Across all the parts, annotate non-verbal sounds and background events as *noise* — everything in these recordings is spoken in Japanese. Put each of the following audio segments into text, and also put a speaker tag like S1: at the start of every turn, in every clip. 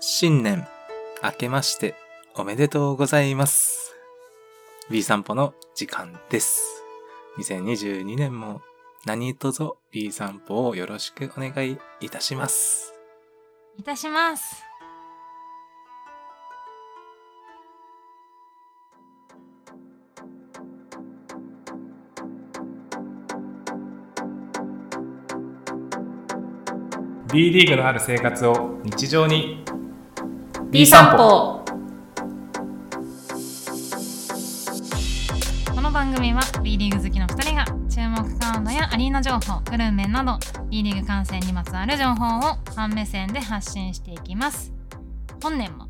S1: 新年、明けましておめでとうございます。B 散歩の時間です。2022年も何卒 B 散歩をよろしくお願いいたします。
S2: いたします。
S1: B リーグのある生活を日常に
S2: B 散歩この番組は B リーグ好きの2人が注目カードやアリーナ情報グルメなど B リーグ観戦にまつわる情報をファン目線で発信していきます本年も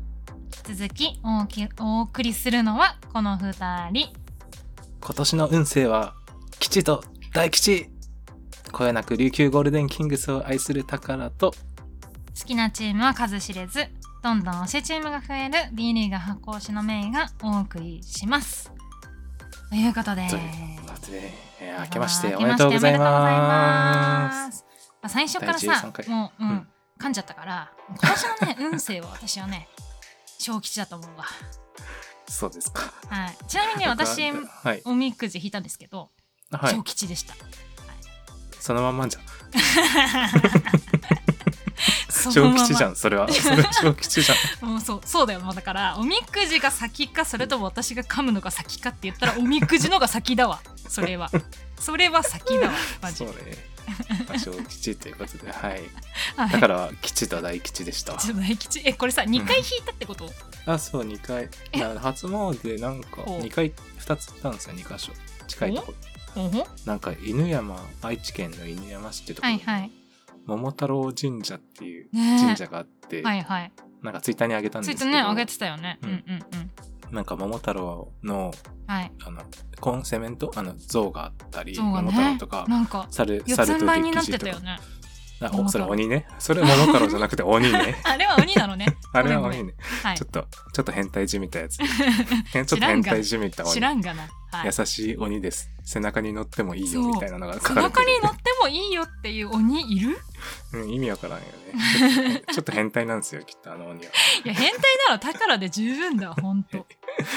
S2: 引き続きおおきお送りするのはこの2人
S1: 今年の運勢は吉と大吉こよなく琉球ゴールデンキングスを愛する宝と
S2: 好きなチームは数知れずどんどん推しチームが増える B リーグ発行誌のメインがお送りしますということで
S1: ということで、えー明けましておめでとうございます
S2: す最初から
S1: 第13
S2: さ
S1: 回
S2: もう、う
S1: うんん、
S2: 噛んじゃったから今年のね
S1: *laughs*
S2: 運勢は私はね小吉だと思うわ、
S1: そうですか
S2: はい、ちなみにね私
S1: 僕ははい、
S2: おみくじ引いたんですけど、
S1: は
S2: 小
S1: い、
S2: 吉でした
S1: そのまんまじゃん
S2: そ
S1: *laughs*
S2: の
S1: 小
S2: まま
S1: 吉じゃんそれ
S2: *laughs*
S1: はそれは小吉じゃん
S2: もうそうそうだよもうだからおみくじが先かそれとも私が噛むのが先かって言ったらおみくじのが先
S1: *laughs*
S2: だわそれはそれは先だわマジ
S1: そうねまあ小吉ということではい
S2: はい
S1: だから吉と大吉でした
S2: ちょっと大吉えこれさ2回引いたってこと、
S1: あそう2回だから初詣なんか
S2: お
S1: 2回2つ行ったんですよ2箇所近いとこ
S2: おほ
S1: なんか犬山愛知県の犬山市ってとこ
S2: は
S1: ろ
S2: い
S1: に
S2: はい
S1: 桃太郎神社っていう
S2: ねえ
S1: 神社があって、
S2: はいはい
S1: なんかツイッターにあげたん
S2: つ
S1: で
S2: い
S1: す
S2: て
S1: けど、
S2: ねあげてたよね、う、
S1: うんん
S2: うんうん
S1: なんか桃太郎の
S2: はい
S1: あのコンセメントあの像があったり、
S2: そうが
S1: 桃太郎
S2: ね
S1: とか
S2: なんか
S1: 猿
S2: 四
S1: 猿
S2: つん
S1: と
S2: 這いにな
S1: 月次
S2: って
S1: と
S2: たよ
S1: か、
S2: ね
S1: な
S2: 桃
S1: おそ
S2: 太
S1: れ
S2: 郎
S1: 鬼ねそれ桃太郎じゃなくて鬼
S2: *laughs*
S1: ね
S2: あれは鬼なのね
S1: *laughs* あれは
S2: ごめ
S1: 鬼
S2: んごめん
S1: ね、
S2: はい
S1: ちょっとちょっと変態じみた
S2: *laughs*
S1: やつへんちょっと
S2: 知らん
S1: 変
S2: が
S1: 態じみた鬼
S2: 知らんがな、はい、
S1: 優しい鬼です背中に乗ってもいいよ
S2: そう
S1: みたいなのが
S2: 背
S1: 書かれて
S2: 中
S1: る
S2: に乗ってもいいよっていう鬼いる
S1: うん、意味わからんよ
S2: *laughs*
S1: ねちょっと変態なんですよきっとあの鬼は、
S2: いや変態なら宝で十分
S1: *laughs*
S2: だわほんと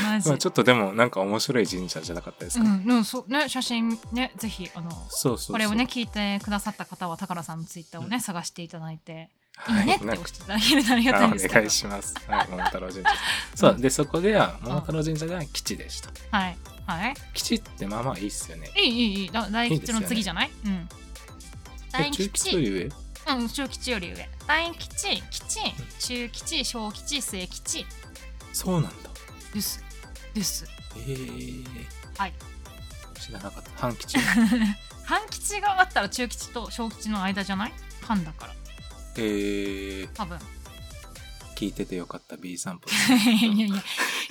S2: マジ
S1: まあ、ちょっとでもなんか面白い神社じゃなかったです
S2: う
S1: か、
S2: ん、でもそうね、写真ね、ぜひあの
S1: そうそうそう
S2: これをね、聞いてくださった方は、高田さんのツイッターをね、
S1: う
S2: 探していただいて、
S1: はい
S2: いねって
S1: なん
S2: 押
S1: か
S2: していただけるとありがたいんです
S1: あお
S2: けど。
S1: 願いします。はい、桃太郎神社。そう、で、そこでは、桃太郎神社では基地でした。
S2: はい。はい。
S1: 基地ってまあまあいいっすよね。
S2: いい、いい、いい。だ大吉の次じゃないうん。
S1: え、
S2: 大
S1: 中吉よ
S2: 吉、
S1: り上
S2: うん、小吉より上。大吉、吉、中吉、小吉、末吉。
S1: そうなんだ。
S2: です。です。
S1: えー、
S2: はい。
S1: 知らなかった。半
S2: *laughs*
S1: 吉。
S2: 半吉があったら中吉と小吉の間じゃない半だから、
S1: えー、*laughs*
S2: 多分。
S1: 聞いててよかった、B 散歩。
S2: いやいや、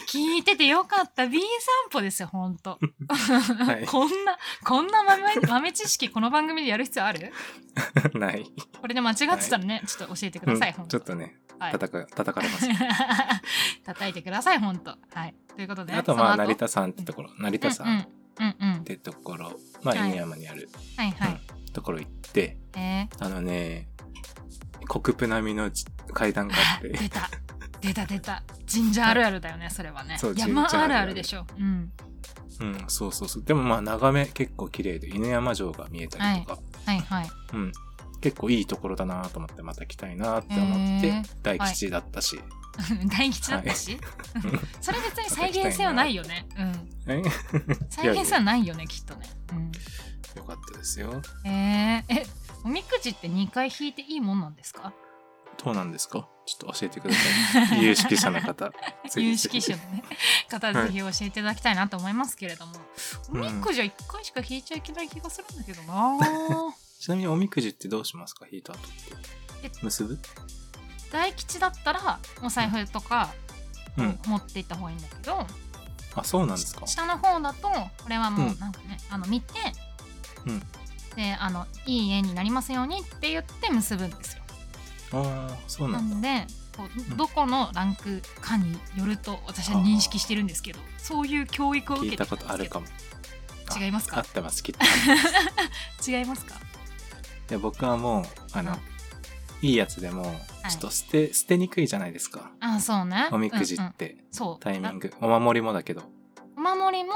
S2: 聞いててよかった。B 散歩ですよ、ほんと。 *laughs*
S1: い
S2: こんな、こんな豆 *laughs* 豆知識、この番組でやる必要ある
S1: *laughs* ない。
S2: これで間違ってたらね、ちょっと教えてください、
S1: う
S2: ほ
S1: ん
S2: ん
S1: ちょ
S2: と。
S1: っとね、
S2: はい、
S1: 叩か叩かれますよ。
S2: *laughs* 叩いてください、ほんと。はい。ということで、
S1: あと、まあ、
S2: その
S1: 成田さんってところ、成田さ
S2: うん
S1: っ
S2: うんん。うんうん。
S1: てところ、まあ、
S2: はい
S1: 犬山にある
S2: はいはい。
S1: ところ行って、
S2: え
S1: あのね、国プ並みの階段があっ
S2: ー、
S1: て
S2: あ、出た。出た出た。神社あるあるだよね、それはね
S1: そう。
S2: 山
S1: 神社
S2: あ
S1: ある
S2: る
S1: ある
S2: あるでしょ。うん。
S1: うん、そうそうそう。でもまあ眺め結構綺麗で、犬山城が見えたりとか、
S2: はいはい。 *laughs*
S1: うん、結構いいところだなと思って、また来たいなって思って、
S2: へー
S1: 大吉だったし、
S2: 大吉だったし。
S1: い
S2: *laughs* それ別に再現性はないよね。うん。
S1: え
S2: 再現性はないよねきっとね、
S1: よかったですよ。
S2: うん、えーえおみくじって2回引いていいもんなんですか
S1: どうなんですかちょっと教えてくださ
S2: *laughs*
S1: い。有識者の方。ぜひ
S2: 有識者の、
S1: *laughs*
S2: ね、方
S1: はい
S2: ぜひ教えていただきたいなと思いますけれども、
S1: うん
S2: おみくじは1回しか引いちゃいけない気がするんだけどな
S1: ちなみにおみくじってどうしますか引いた後って
S2: え。
S1: 結ぶ
S2: 大吉だったらお財布とか
S1: うん。
S2: 持っていった方がいいんだけど、
S1: あ、そうなんですか
S2: 下の方だとこれはも
S1: う
S2: うんなんかね、あの見て、
S1: うん
S2: であのいい縁になりますようにって言って結ぶんですよ。
S1: ああ、そう
S2: な
S1: なんだ。
S2: んでこ
S1: う
S2: うんどこのランクかによると私は認識してるんですけどそういう教育を受
S1: 聞
S2: け
S1: い
S2: て
S1: たことあるか
S2: も
S1: も。
S2: 違います
S1: 合
S2: か
S1: ってます、きっと合ってます。
S2: 違いますか
S1: で僕はもうあの、
S2: うん
S1: いいやつでもちょっと捨て、捨てにくいじゃないですか。
S2: あそうね
S1: おみくじ
S2: うんうん
S1: っ、て、
S2: そう
S1: タイミン
S2: グ
S1: グ。お守りもだけど。
S2: お守りも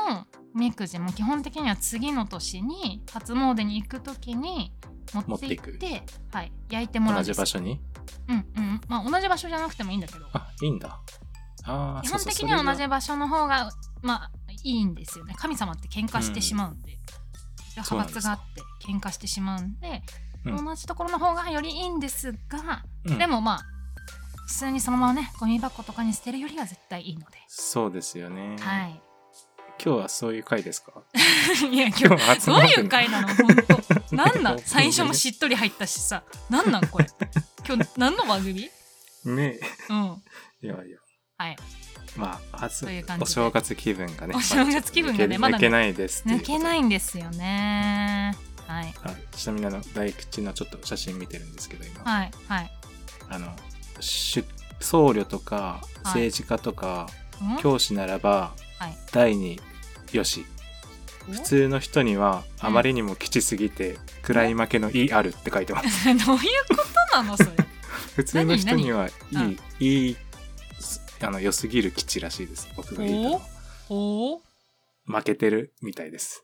S2: おみくじも基本的には次の年に初詣に行く時に持って行って
S1: 持って
S2: はい、焼いてもらう
S1: 同
S2: んで
S1: じ
S2: す
S1: 場所に。
S2: うんうんまあ同じ場所じゃなくてもいいんだけど
S1: あ、いいんだ。ああ、
S2: 基
S1: そ
S2: 本
S1: うそう
S2: 的
S1: そ
S2: に
S1: れ
S2: は
S1: が
S2: 同じ場所の方がまあいいんですよね神様って喧嘩してしまうんで、派
S1: そうなん
S2: 閥
S1: です
S2: があって喧嘩してしまうんで
S1: うん
S2: 同じところの方がよりいいんですが、
S1: うん
S2: でもまあ普通にそのままねゴミ箱とかに捨てるよりは絶対いいので、
S1: そうですよね。。
S2: はいい *laughs*
S1: 今日はそういう回ですか *laughs*
S2: いや今日
S1: 今日は集
S2: どう
S1: まって
S2: いう回なの本
S1: *laughs*
S2: 当なんなん最初もしっとり入ったしさなんなんこれ今日何の番組
S1: ね
S2: うん
S1: え。いやいや。
S2: はい
S1: まあ、はず
S2: という感じで
S1: お正月気分がね。
S2: お正月気分がね
S1: ま
S2: ま
S1: あ
S2: だ
S1: 抜けないですっていう
S2: 抜
S1: こと
S2: けないんですよねはい
S1: はい、ちなみにあの大吉のちょっと写真見てるんですけど今、
S2: はいはい
S1: あの出僧侶とか
S2: はい
S1: 政治家とか、
S2: うん
S1: 教師ならば、
S2: はい
S1: 第二よし普通の人にはあまりにもきちすぎて食らい負けの「いある」って書いてます
S2: *laughs* *laughs* どういうことなのそれ *laughs*
S1: 普通の人にはいい、
S2: 何
S1: いいあの良すぎる基地らしいです僕が言いたの
S2: おお
S1: 負けてるみたいです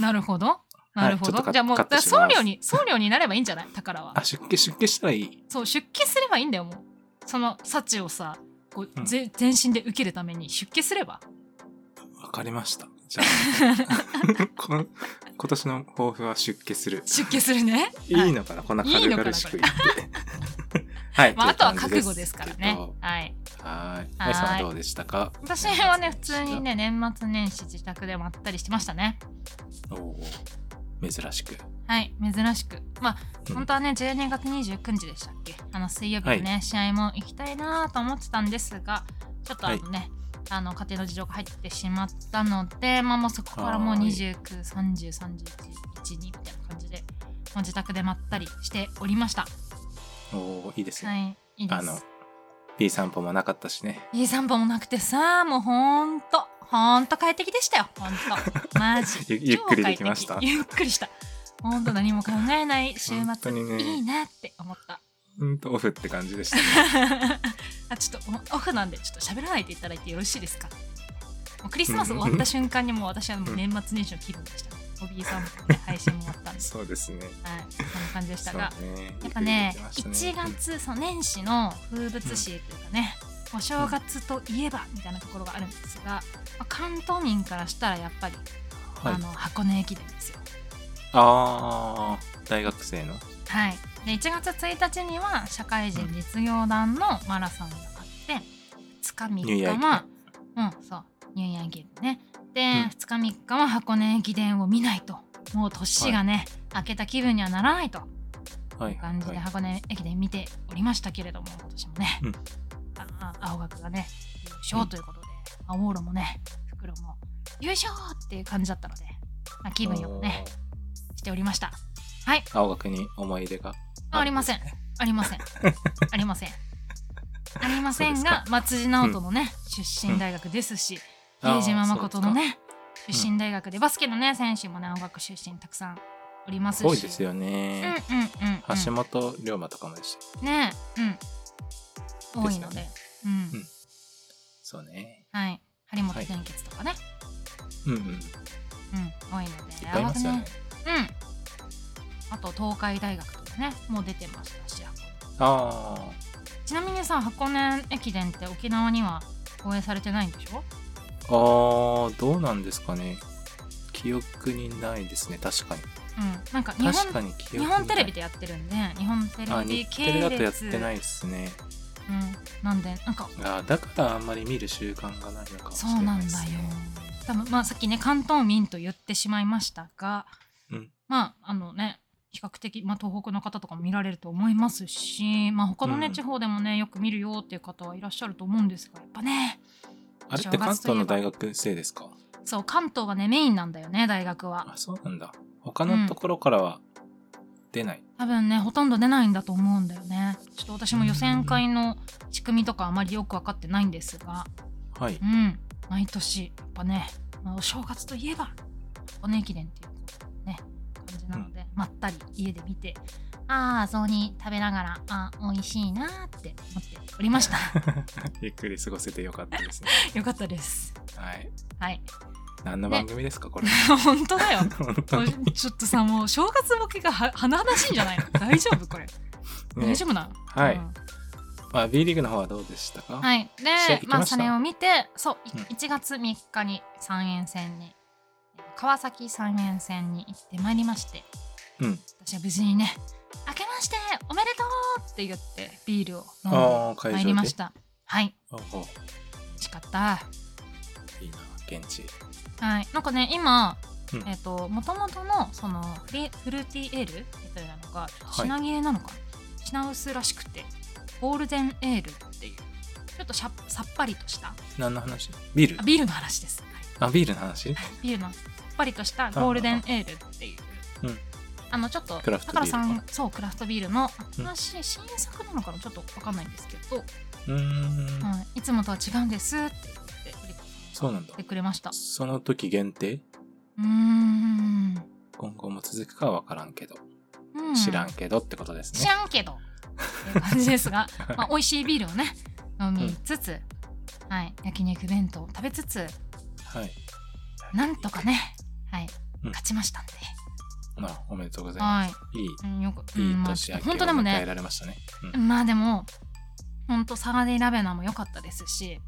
S2: なるほどなるほ
S1: ちょっ
S2: ど、
S1: とカッ
S2: じゃあもう
S1: カットし
S2: 僧
S1: ます
S2: 侶に僧侶になればいいんじゃない宝は
S1: あ出家出家したらいい
S2: そう出家すればいいんだよもうその幸をさこう、
S1: うん
S2: ぜ全身で受けるために出家すれば
S1: わかりましたじゃ
S2: *laughs*
S1: あこの今年の抱負は出家する
S2: 出家するね
S1: いいのかな、こんな軽々しく言って。 *laughs* はい、
S2: まあ、あ
S1: と
S2: と
S1: い
S2: は
S1: う感
S2: 覚
S1: じ
S2: 悟ですからね
S1: けど。
S2: は
S1: は
S2: い。
S1: い。
S2: はい
S1: あいさんはどうでしたか。
S2: 私はね、普通にね、年末年始自宅でまったりしてましたね。
S1: おお。珍しく。
S2: はい、珍しく。まあ、
S1: うん
S2: 本当はね、12月29日でしたっけあの、水曜日のね、試合も行きたいなと思ってたんですが、ちょっとあのね、あの、家庭の事情が入ってしまったので、まあもうそこからもう
S1: はーい
S2: 29、30、31、1、2みたいな感じで、もう自宅でまったりしておりました。
S1: おお、いいです
S2: は
S1: ね。
S2: い、いいで
S1: あの
S2: す。。
S1: B 散歩もなかったしね。
S2: いい散歩もなくてさ、もうほんと、ほんと快適でしたよ。ほん
S1: *laughs*
S2: と。マジ。
S1: ゆゆっくりでき
S2: 超快適
S1: ました
S2: ゆっくりした。ほんと何も考えない週
S1: 本当
S2: 末、
S1: にね
S2: いいなって思った。 *laughs*
S1: うんとオフって感じでした、
S2: あちょっとオフなんでちょっと喋らないでいただいてよろしいですかもうクリスマス終わった瞬間にもう私はもう年末年始の気分でした、ね。おびえさんも、ね、配信も終わ
S1: *laughs*
S2: ったんです。
S1: そうですね。
S2: はい、そんな感じでした
S1: そう
S2: が。
S1: ね。
S2: やっぱね
S1: ゆく、りでき
S2: 1
S1: ましたね。
S2: 月、その年始の風物詩というかね、お正月といえばみたいなところがあるんですが、まあ関東民からしたらやっぱり、
S1: はい
S2: あの箱根駅伝ですよ。
S1: ああ、大学生の。
S2: はい、で1月1日には社会人実業団のマラソンがあって2日
S1: ニューイヤー
S2: 3
S1: 駅
S2: 日は、うん、そうニューイヤー駅伝ねで、
S1: うん
S2: 2日3日は箱根駅伝を見ないともう年がね、明けた気分にはならないと
S1: はいいうは
S2: 感じで
S1: い。
S2: 箱根駅伝見ておりましたけれども今年もね、
S1: うん
S2: ああ青学がね優勝ということで、青浦もね袋も優勝っていう感じだったので、まあ、気分よくねしておりましたはい
S1: おー。青学に思い出が
S2: ありません
S1: るですね。
S2: ありません。ありません。ありません
S1: そうです
S2: が、松地直人のね、出身大学ですし、
S1: あー
S2: 比江島誠のね、
S1: すか
S2: 出身大学で、バスケのね、選手もね、音楽出身たくさんおりますし。
S1: そうですか。多いですよ
S2: う
S1: ね
S2: んうん。うん、うん。
S1: 橋本龍馬とかもですし
S2: ねうん。多いので。
S1: です
S2: う
S1: うん
S2: ん。
S1: そうね。
S2: はい。張本天傑とかね。
S1: うんうん。いっ
S2: うん。多いので。
S1: ぱいいますよね。
S2: うん。あと、東海大学とかね、もう出てましたし、
S1: あ
S2: ちなみにさ箱根駅伝って沖縄には応援されてないんでしょ
S1: ーあーどうなんですかね記憶にないですね確かに
S2: うんなんか日
S1: 確か
S2: 本
S1: に記憶
S2: 日
S1: にない
S2: 本テレビでやってるんで日本テ
S1: あ
S2: レビ
S1: 日テ
S2: 系
S1: レ
S2: 列
S1: だとやってないですね
S2: うん、なんでなんか
S1: あーだからあんまり見る習慣がないのかもし
S2: そ
S1: れ
S2: う
S1: な
S2: な
S1: んい
S2: だ
S1: です
S2: よ
S1: ね
S2: 多分まあさっきね関東民と言ってしまいましたが、
S1: うん
S2: まああのね比較的、まあ、東北の方とかも見られると思いますし、まあ、他の
S1: う
S2: ね、
S1: ん
S2: 地方でもねよく見るよっていう方はいらっしゃると思うんですがやっぱね
S1: あれって関東の大学生ですか
S2: そう関東がねメインなんだよね大学は
S1: あそうなんだ他のところからは出ない、
S2: 多分ねほとんど出ないんだと思うんだよねちょっと私も予選会の仕組みとかあまりよく分かってないんですが
S1: はい
S2: うん毎年やっぱねまあお正月といえば箱根駅伝っていうね感じなので、まったり家で見てああ雑煮食べながらあ美味しいなーって思っておりました
S1: *laughs* ゆっくり過ごせてよかったですね。
S2: *laughs* よかったです
S1: はい。
S2: はい *laughs*
S1: 何の番組ですか、これ。
S2: 本当だ *laughs* よ
S1: 本当に。
S2: ちょっとさもう正月ボケがは華々しいんじゃないの大丈夫これ
S1: ね
S2: 大丈夫なの
S1: はい
S2: うん
S1: まあ、B リーグの方はどうでしたか、
S2: はい、で
S1: 試合行きました
S2: まあそれを見てそう、い
S1: うん
S2: 1月3日に三円戦に川崎三円戦に行ってまいりまして
S1: うん。
S2: 私は無事にね「明けましておめでとう!」って言ってビールを飲ん
S1: ああ、
S2: で
S1: 会場
S2: ま
S1: で。
S2: いりましたはい
S1: おうおう
S2: 美味しかった
S1: いいな、現地。
S2: はいなんかね今、
S1: うん
S2: えっ、ともともとのそのフリフルーティーエールみたいなのが
S1: い
S2: 品切れなのかな、品薄らしくてゴールデンエールっていうちょっとしゃさっぱりとした
S1: 何の話ビール
S2: あビールの話です、はい
S1: あ、ビールの話
S2: ビールのさっぱりとしたゴールデンエールっていう
S1: ああうん
S2: あのちょっと
S1: クラフト
S2: だからさ
S1: ビール
S2: んそうクラフトビールの
S1: うん
S2: 新しい新作なのかなちょっと分かんないんですけど、
S1: うーん。
S2: はい、いつもとは違うんですって言って
S1: そうなんだ
S2: 売って。くれましたう
S1: その時限定
S2: ーん、
S1: 今後も続くかは分からんけど、
S2: うん、
S1: 知らんけどってことです
S2: 知
S1: ね。
S2: らんけどっていう感じで
S1: *laughs*
S2: すが、まあ、美味しいビールをね飲みつつ、はい、焼肉弁当を食べつつ
S1: はい。
S2: なんとかね、はい
S1: うん
S2: 勝ちましたんで、
S1: まあ、おめでとうございま
S2: はい
S1: す。いい、
S2: うんよく
S1: い
S2: うん
S1: い
S2: まあ
S1: 年明けを
S2: 本当でも
S1: 迎
S2: ね
S1: えられましたね。うん
S2: まあでも、ほんとサガディ・ラベナも良かったですし、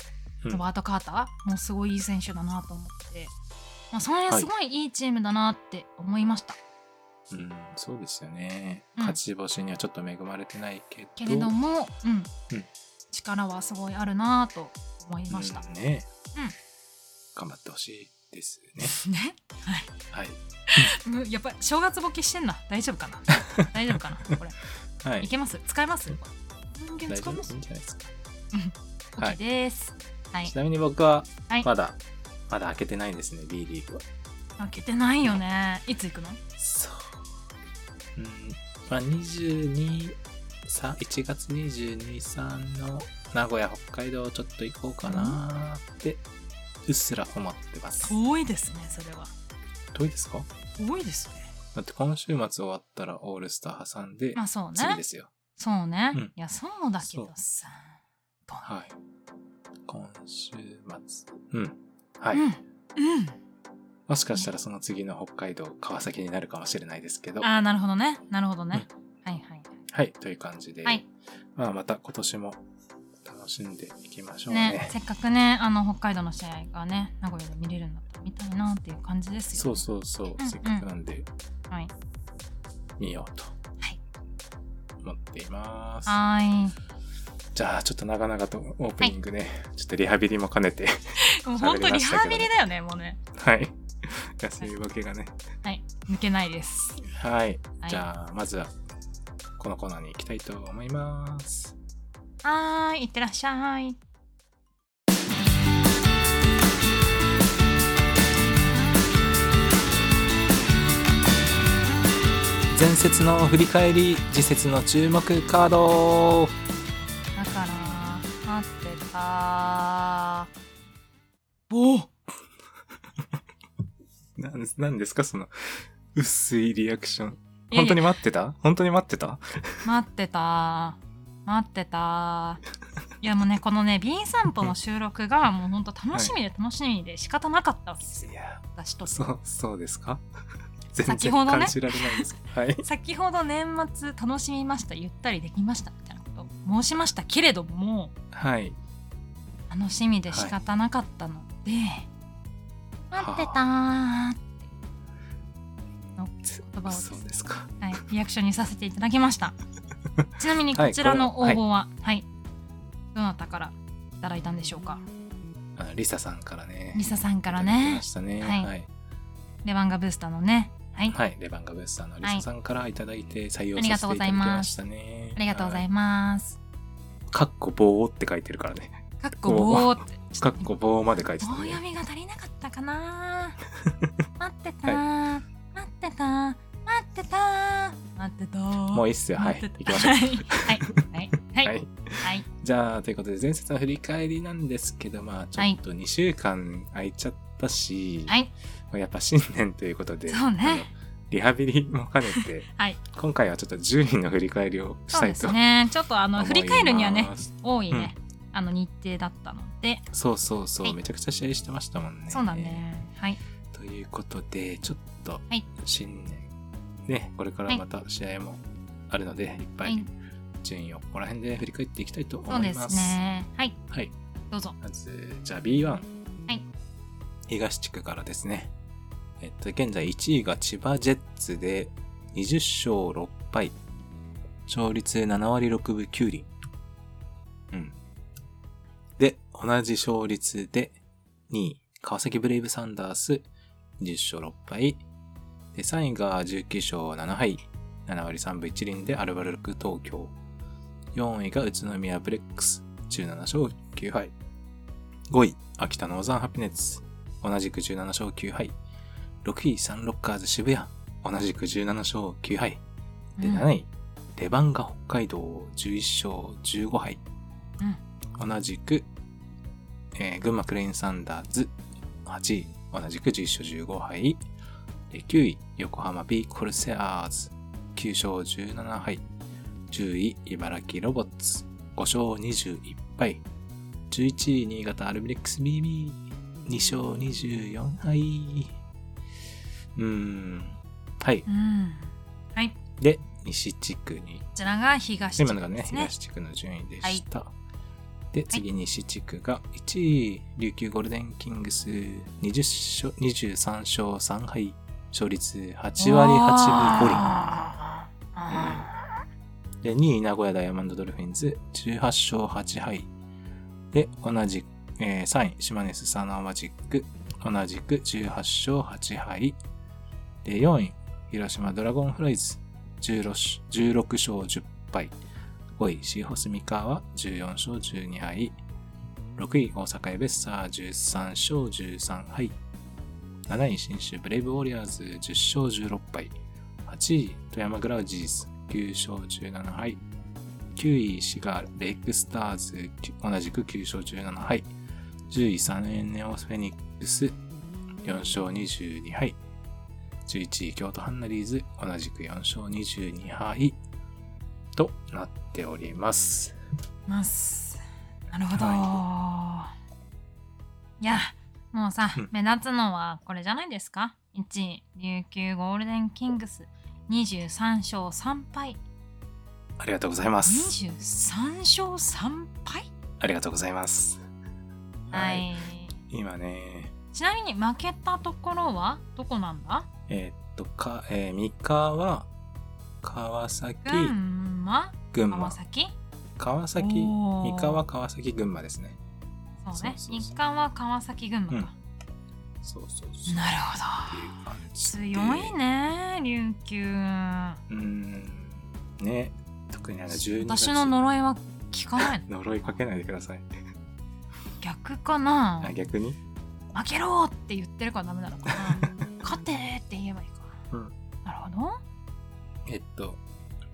S1: うん
S2: ロバート・カーターもすごいいい選手だなと思って、まあ、その辺すごいいいチームだなって思いました、
S1: うん、そうですよね。
S2: うん
S1: 勝ち星にはちょっと恵まれてないけ
S2: けれど
S1: ど、
S2: も、うん
S1: うん
S2: 力はすごいあるなと思いました、
S1: うんね、
S2: うん
S1: 頑張ってほしいですね。
S2: ね *laughs*
S1: はい。
S2: むやっぱり正月ボケしてんな大丈夫
S1: *laughs*
S2: かな大丈夫かなこれ
S1: はいい。
S2: けます使えますこれ人間
S1: 大
S2: 使
S1: 丈夫
S2: えま
S1: い
S2: す
S1: いんじゃないですか。
S2: OK、
S1: はい
S2: ですはい
S1: ちなみに僕は
S2: はい、
S1: まだ、まだ開けてないんですね、B リーグは。
S2: 開けてないよねいつ行くの
S1: そう。うん、まあ、22、3 1月22、3の名古屋、北海道ちょっと行こうかなーって、うっすら思ってます。
S2: 遠いですねそれは
S1: どうですか
S2: 遠いですね
S1: だって今週末終わったらオールスター挟んで
S2: ま、あそう
S1: 次
S2: ね
S1: で。すよ。
S2: そうね。
S1: うん
S2: いや、そうだけどさ。
S1: はい。今週末。うん。はい。
S2: うん。うん。
S1: もしかしたらその次の北海道、川崎になるかもしれないですけど。
S2: ああ、なるほどね。なるほどね。はいはい。
S1: はい。という感じで、
S2: はい
S1: まあまた今年も楽しんでいきましょうね。
S2: ね、せっかくね、あの、北海道の試合がね、名古屋で見れるんだったら見たいなっていう感じですよ。
S1: そうそうそう、
S2: うん
S1: せっかくなんで
S2: はい。
S1: 見ようと
S2: はい
S1: 思っています。
S2: はー
S1: じゃあちょっと長々とオープニングね、ちょっとリハビリも兼ねて、
S2: い。もう本当リハビリだよね、もうね。
S1: はい。休み分けがね。
S2: はい。抜けないです。
S1: はい。
S2: はい
S1: じゃあまずはこのコーナーに行きたいと思います。
S2: はーい。いってらっしゃい。
S1: 前節の振り返り、次節の注目カード
S2: だから、待ってたー。おー
S1: *laughs* なんなんですかその薄いリアクション。
S2: いや
S1: 本
S2: い
S1: 当
S2: や
S1: に待ってた本当に待ってた
S2: 待ってたー待ってたーいやもうねこのね「ビー散歩」の収録がもうほんと楽しみで楽しみで仕方なかったんですよ
S1: いや、
S2: 私として
S1: そう、そうですか *laughs* 全
S2: 先
S1: 然
S2: ほどね
S1: 感じられないですけど。はい。
S2: 先ほど年末楽しみましたゆったりできましたみたいなことを申しましたけれども
S1: はい。
S2: 楽しみで仕方なかったので、
S1: はい
S2: 待ってたーっての言葉をです
S1: そうですか。
S2: はい、リアクションにさせていただきま
S1: *laughs*
S2: した。ちなみにこちらの応
S1: はいこれ
S2: 募は、はい、どなたからいただいたんでしょうか。
S1: あのリサさんからね。
S2: リサさんから
S1: いただき
S2: ね
S1: ま、したね。
S2: はい
S1: はい。
S2: レバンガブースターのね、はい、
S1: はい。レバンガブースターのリサさんからいただいて採用させ
S2: あり
S1: て
S2: が
S1: いた
S2: とう
S1: だ
S2: ござい
S1: き
S2: ま
S1: ますしたね。
S2: ありがとうござい
S1: ま
S2: ます。
S1: す。かっこ棒って書いてるからね。
S2: かっこ棒って、ちょ
S1: か
S2: っ
S1: っ
S2: と
S1: こ棒まで書いて
S2: 棒
S1: た
S2: 読
S1: ね。
S2: みが足りなかったかな。
S1: *laughs*
S2: 待ってたー、待ってたー、待ってたー、待ってたー。
S1: もういい
S2: い
S1: っすよ。はい。行きましょ
S2: はい、はい、はい、は
S1: う。は
S2: い、はい
S1: い。
S2: はい、
S1: じゃあ、ということで、前節の振り返りなんですけど、まあ、ちょっと2週間空いちゃったし、
S2: はい、
S1: やっぱ新年ということで、
S2: そうね
S1: あのリハビリも兼ねて、
S2: はい
S1: 今回はちょっと10人の振り返りをし
S2: そう
S1: たい
S2: で
S1: と
S2: す
S1: 思い
S2: ねちょっとあの
S1: ます。
S2: 振り返るにはね多いね、あの日程だったので
S1: そうそうそう、
S2: はい
S1: めちゃくちゃ試合してましたもんね。
S2: そうだねはい
S1: ということで、ちょっと
S2: い
S1: 新年、ね、これからまた試合もあるので、い、っぱ
S2: はい
S1: い順位をここら辺で振り返っていきたいと思
S2: そう
S1: い
S2: で
S1: ます。
S2: すねはい
S1: はい、
S2: どうぞ。
S1: まず、じゃあ B1。はい東地区からですね。えっと、現在1位が千葉ジェッツで20勝6敗。勝率7割6分9厘。うん。で、同じ勝率で2位、川崎ブレイブサンダース10勝6敗。で、3位が19勝7敗。7割3分1厘でアルバルク東京。4位が宇都宮ブレックス17勝9敗。5位、秋田ノーザンハピネッツ。同じく17勝9敗。6位、サンロッカーズ渋谷。同じく17勝9敗。で、
S2: うん
S1: 7位、レバンガ北海道。11勝15敗。同じく、えー群馬クレインサンダーズ。8位、同じく11勝15敗。で9位、横浜 B コルセアーズ。9勝17敗。10位、茨城ロボッツ。5勝21敗。11位、新潟アルビレックス BB。2勝24敗。うーん。はい。
S2: うん、うん、はいこ
S1: で、西地区に
S2: ちらが東
S1: 今の
S2: 地
S1: が
S2: 区
S1: ね
S2: ですね
S1: 東地区の順位でした、で次西地区が1位琉球ゴールデンキングス20勝23勝3敗勝率8割8分5厘
S2: 5
S1: で2位名古屋ダイヤモンドドルフィンズ18勝8敗で同じ、えー3位島根スサノーマジック同じく18勝8敗で4位広島ドラゴンフライズ16 16勝10敗5位シーホス三河14勝12敗6位大阪エベッサー13勝13敗7位新州ブレイブウォリアーズ10勝16敗8位富山グラウジーズ9勝17敗9位滋賀レイクスターズ同じく9勝17敗10位サンエンネオフェニックス4勝22敗11位京都ハンナリーズ同じく4勝22敗となっております
S2: ますなるほど、、
S1: はい
S2: やもうさ、
S1: うん
S2: 目立つのはこれじゃないですか1位琉球ゴールデンキングス23勝3敗
S1: ありがとうございます
S2: 23勝3敗
S1: ありがとうございます
S2: はい、
S1: 今ね
S2: ちなみに負けたところはどこなんだ
S1: えーっとか、えー、三河川崎
S2: 群馬
S1: 群馬
S2: 川崎
S1: 川崎
S2: おー
S1: 三河川崎群馬ですね
S2: そ
S1: そ
S2: うね
S1: うそうそう
S2: 日韓は川崎群馬か、
S1: そうそうそう
S2: なるほ
S1: っていう
S2: ど
S1: 感じで
S2: 強いね琉球
S1: うーんね特にあの12月
S2: 私の呪いは聞
S1: *laughs*
S2: かないの
S1: 呪いかけないでください
S2: 逆かな、
S1: あ逆に
S2: 負けろって言ってるからダメ
S1: *laughs*
S2: なのかな勝てって言えばいいかな、
S1: うん
S2: なるほど
S1: えっと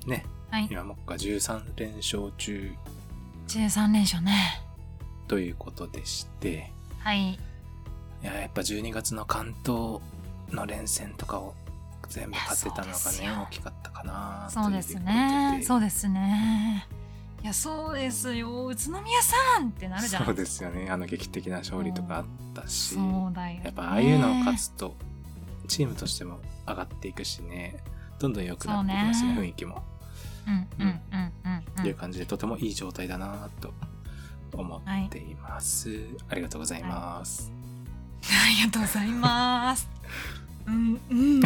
S1: ね
S2: はい
S1: 今もっか13連勝中
S2: 13連勝ね
S1: ということでして
S2: はい
S1: いややっぱ12月の関東の連戦とかを全部勝てたの
S2: いやそうです
S1: がね
S2: よ
S1: 大きかったかな
S2: そうですねそう
S1: で
S2: ですねいやそうですよ宇都宮さんってなるじゃない
S1: そうですよねあの劇的な勝利とかあったし
S2: そうだよ、ね、
S1: やっぱああいうのを勝つとチームとしても上がっていくしねどんどん良くなっていきますね
S2: そうね
S1: 雰囲気も
S2: うんうんうんうん
S1: と
S2: う
S1: いうん感じでとてもいい状態だなと思っています、ありがとうございます、
S2: ありがとうござい
S1: *laughs*
S2: ます。うん、うん。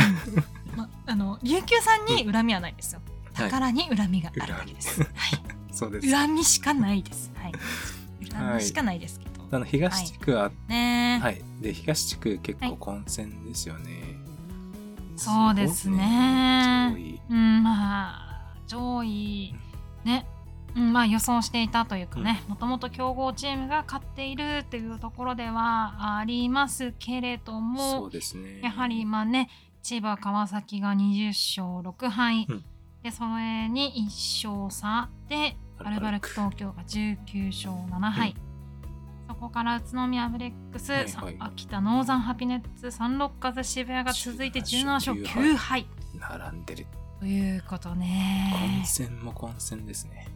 S2: ま、あの、琉球さんに恨みはないですよ。
S1: はい
S2: 宝に恨みがあるわけです。はい。
S1: そうです
S2: 恨みしかないです。はい。
S1: はい
S2: 恨みしかないですけど。
S1: あの東地区は、は
S2: ね
S1: い
S2: え、
S1: で東地区結構
S2: はい
S1: 混戦ですよね、
S2: そうですね
S1: すごいね
S2: うん、まあ、上位。ね。うん、まあ予想していたというかね、もともと強豪チームが勝っているというところではありますけれど
S1: 上位
S2: も、
S1: そうですね
S2: やはりまあね千葉川崎が20勝6敗、
S1: うん
S2: でそれに1勝差でア
S1: ア
S2: ル
S1: ル
S2: バ
S1: バ
S2: ル
S1: ル
S2: ク
S1: ク
S2: 東京が19勝7敗、そこから宇都宮ブレックス、
S1: はいはい
S2: さ秋田ノーザンハピネッツサンロッカーズ渋谷が続いて17勝
S1: 17
S2: 9敗
S1: 並んでる。
S2: ということね
S1: 混戦も混戦ですね。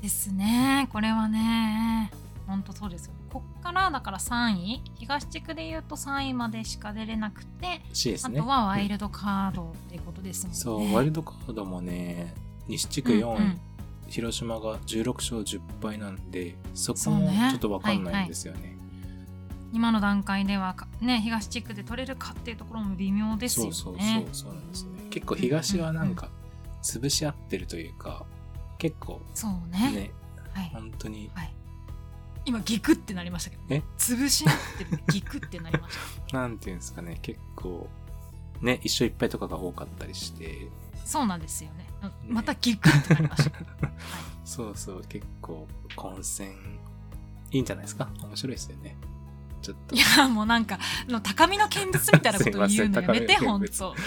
S2: ですねこれはねほんとそうですよこっからだから3位東地区でいうと3位までしか出れなくて、
S1: C です
S2: あ
S1: ね。
S2: とはワイルドカードってことですもんね、
S1: そう、ワイルドカードもね、西地区4位、
S2: うんうん
S1: 広島が16勝10敗なんで、そこ
S2: そう
S1: も
S2: ね
S1: ちょっとわかんないんですよね。
S2: 今の段階ではかね東地区で取れるかっていうところも微妙ですよ
S1: そ
S2: ね
S1: うそうそう、そうなんですね。結構東はなんか、潰し合ってるというか、結構
S2: そうね
S1: ね、
S2: はい、
S1: 本当に、
S2: はい、今ギクってなりましたけど
S1: え
S2: 潰し合ってるギクってなりました
S1: *laughs* なんていうんですかね、結構、ね、一勝一敗とかが多かったりして、
S2: そうなんですよねうんまたギクっ
S1: *laughs*
S2: てなりました、
S1: そうそう、結構、混戦、いいんじゃないですか面白いですよね。ちょっと
S2: い、やもうなんかあの高みの見物みたいなこと言うのやめ
S1: *laughs*
S2: て
S1: すいません高みの
S2: 本
S1: 見
S2: 当
S1: 物出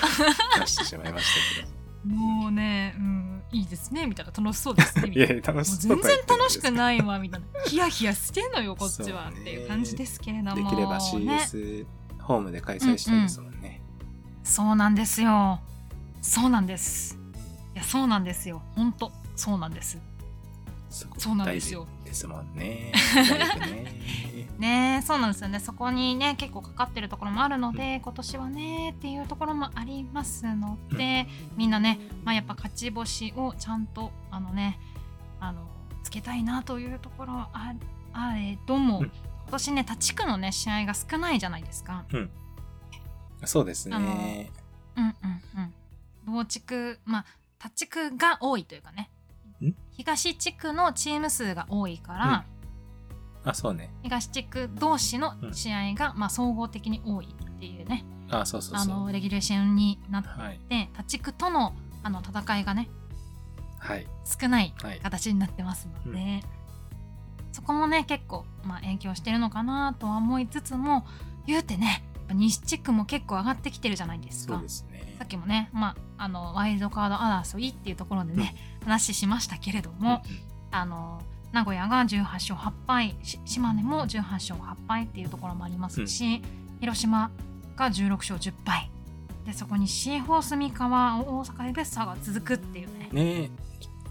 S1: してしまいましたけど。
S2: もうね、うん、いいですねみたいな楽しそうですねみ
S1: い
S2: たい
S1: や
S2: なも
S1: 楽
S2: う
S1: し
S2: 全然楽しく
S1: い
S2: ないわみたいなヒヤヒヤしてんのよこっちは
S1: そうね
S2: っていう感じですけれど
S1: で
S2: も
S1: きれば
S2: ね
S1: CS ホームで開催したいですもんね、
S2: そうなんですよそうなんですいやそうなんですよ本当そうなんです
S1: そこ
S2: そうなんですよ
S1: 大事ですもんねだいぶね
S2: *laughs* ねそうなんですよねそこにね結構かかってるところもあるので、今年はねっていうところもありますので、みんなね、まあ、やっぱ勝ち星をちゃんとあのねあのつけたいなというところはああれども、
S1: うん
S2: 今年ね他地区のね試合が少ないじゃないですか。
S1: そうです
S2: あの
S1: ね
S2: うんうんうん、同地区まあ他地区が多いというかね
S1: ん
S2: 東地区のチーム数が多いから、
S1: うんあそうね
S2: 東地区同士の試合が、まあ、総合的に多いっていうね
S1: あそうそう
S2: あ
S1: そう
S2: のレギュレーションになっ
S1: はい
S2: て他地区とのあの戦いがね
S1: はい
S2: 少ない
S1: はい
S2: 形になってますので、そこもね結構、まあ、影響してるのかなとは思いつつも言うてねやっぱ西地区も結構上がってきてるじゃないです
S1: そう
S2: か
S1: で。すね
S2: さっきもね、まあ、あのワイルドカード争いっていうところでね、話しましたけれども、あの名古屋が18勝8敗し島根も18勝8敗っていうところもありますし、広島が16勝10敗でそこに C ホース三河大阪エベッサが続くっていうね
S1: うんね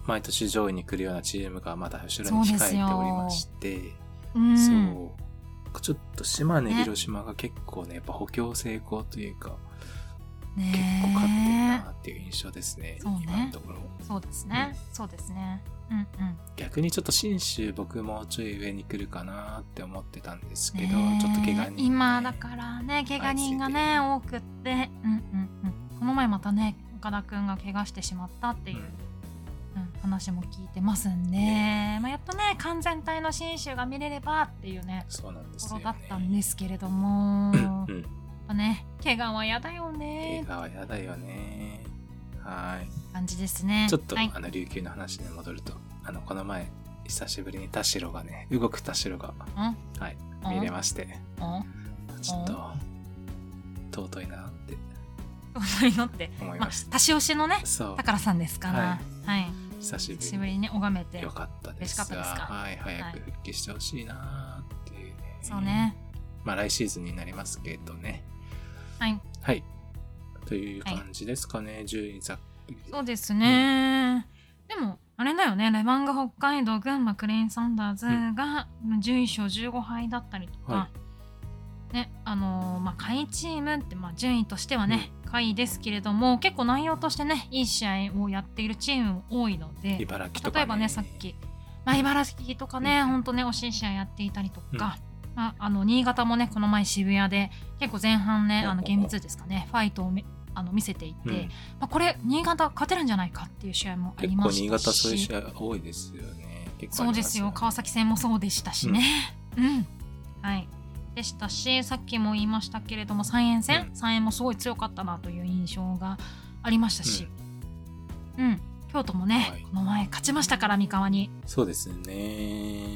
S1: 毎年上位に来るようなチームがまだ後ろに控えておりまして
S2: うん
S1: そう
S2: う
S1: ちょっと島根、
S2: ね
S1: 広島が結構ねやっぱ補強成功というか結構勝ってる
S2: ね
S1: なっていう印象ですね、
S2: そうね
S1: 今のところ
S2: そうですね、そうですねうんうん
S1: 逆にちょっと信州僕もうちょい上に来るかなって思ってたんですけど、
S2: ねえ
S1: ちょっと怪我人、ね、
S2: 今だからね怪我人がね多くって、うんうんうん、この前またね岡田君が怪我してしまったっていう、うん話も聞いてますんで、
S1: ね
S2: まあ、やっとね完全体の新種が見れればっていうね
S1: そうなんで
S2: と
S1: す
S2: こ
S1: よ、
S2: ろ
S1: ね、
S2: だったんですけれども、
S1: うんう
S2: やっ
S1: ん
S2: ぱね怪我は嫌だよ
S1: 怪
S2: ね
S1: 我はやだよねはい
S2: 感じですね
S1: ちょっと、
S2: はい、
S1: あの琉球の話に戻るとあのこの前久しぶりに田代がね動く田代がはい見れ
S2: ま
S1: ましてちょっと尊いなって
S2: すに乗って
S1: 思い
S2: まあ
S1: ました、
S2: 足押しのね
S1: そう
S2: 宝さんですからはい、
S1: 久しぶり
S2: 久
S1: に
S2: しぶりにね拝めて
S1: よかったです
S2: 嬉しかったですか
S1: はい
S2: は
S1: 早
S2: い
S1: く復帰してほしいなーっていうね、
S2: そうね
S1: まあ来シーズンになりますけどね
S2: はい
S1: はいという感じですかね、10位ざっくり
S2: そうですね、でもあれだよねレバンガ北海道群馬クレインサンダーズが11勝15敗だったりとか、
S1: は
S2: ねあのーまあ下位チームって、まあ、順位としてはね、下位ですけれども結構内容としてねいい試合をやっているチームも多いので
S1: 茨城とか、
S2: 例えばねさっき、まあ、茨城とかね、ほんとね惜しい試合やっていたりとか、まあ、あの新潟もねこの前渋谷で結構前半ね
S1: ほう
S2: あ
S1: ほう
S2: のゲーム2ですかねファイトをめあの見せていて、
S1: うん
S2: まあ、これ新潟勝てるんじゃないかっていう試合もあ
S1: 結
S2: り
S1: 構
S2: ました
S1: 新潟そ
S2: し
S1: ういう試合多いですよね結構
S2: そうですよ川崎戦もそうでしたしね、うんはいでしたしさっきも言いましたけれども三円戦、
S1: うん
S2: 三円もすごい強かったなという印象がありましたし、うん京都もね、
S1: はい
S2: この前勝ちましたから三河に。
S1: そうですね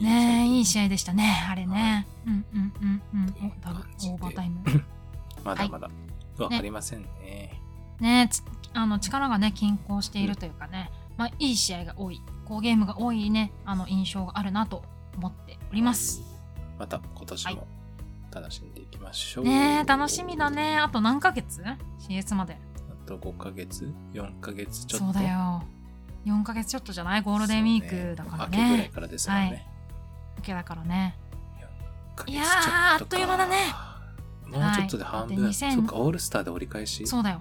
S2: ねえいい
S1: 試
S2: 試合でしたねあれね、うんうんうんうんおダブ
S1: 感じで
S2: オーバータイム
S1: 合まだまだわかりませんね
S2: ねえつあの力がね均衡しているというかね、まあいい試合が多い好ゲームが多いねあの印象があるなと思っております
S1: また今年
S2: は
S1: も楽しんでいきましょう、
S2: ねえ楽しみだねあと何ヶ月 CS まで
S1: あと5ヶ月 ?4 ヶ月ちょっと
S2: そうだよ4ヶ月ちょっとじゃないゴールデンウィークだから
S1: そう秋ぐらい
S2: ね
S1: からですからね。
S2: 秋だからね
S1: 1ヶ月
S2: いやー
S1: ちょとか
S2: あっという間だね。
S1: もうちょっとで半分。
S2: はいだって2000
S1: そっか、オールスターで折り返し。
S2: そうだよ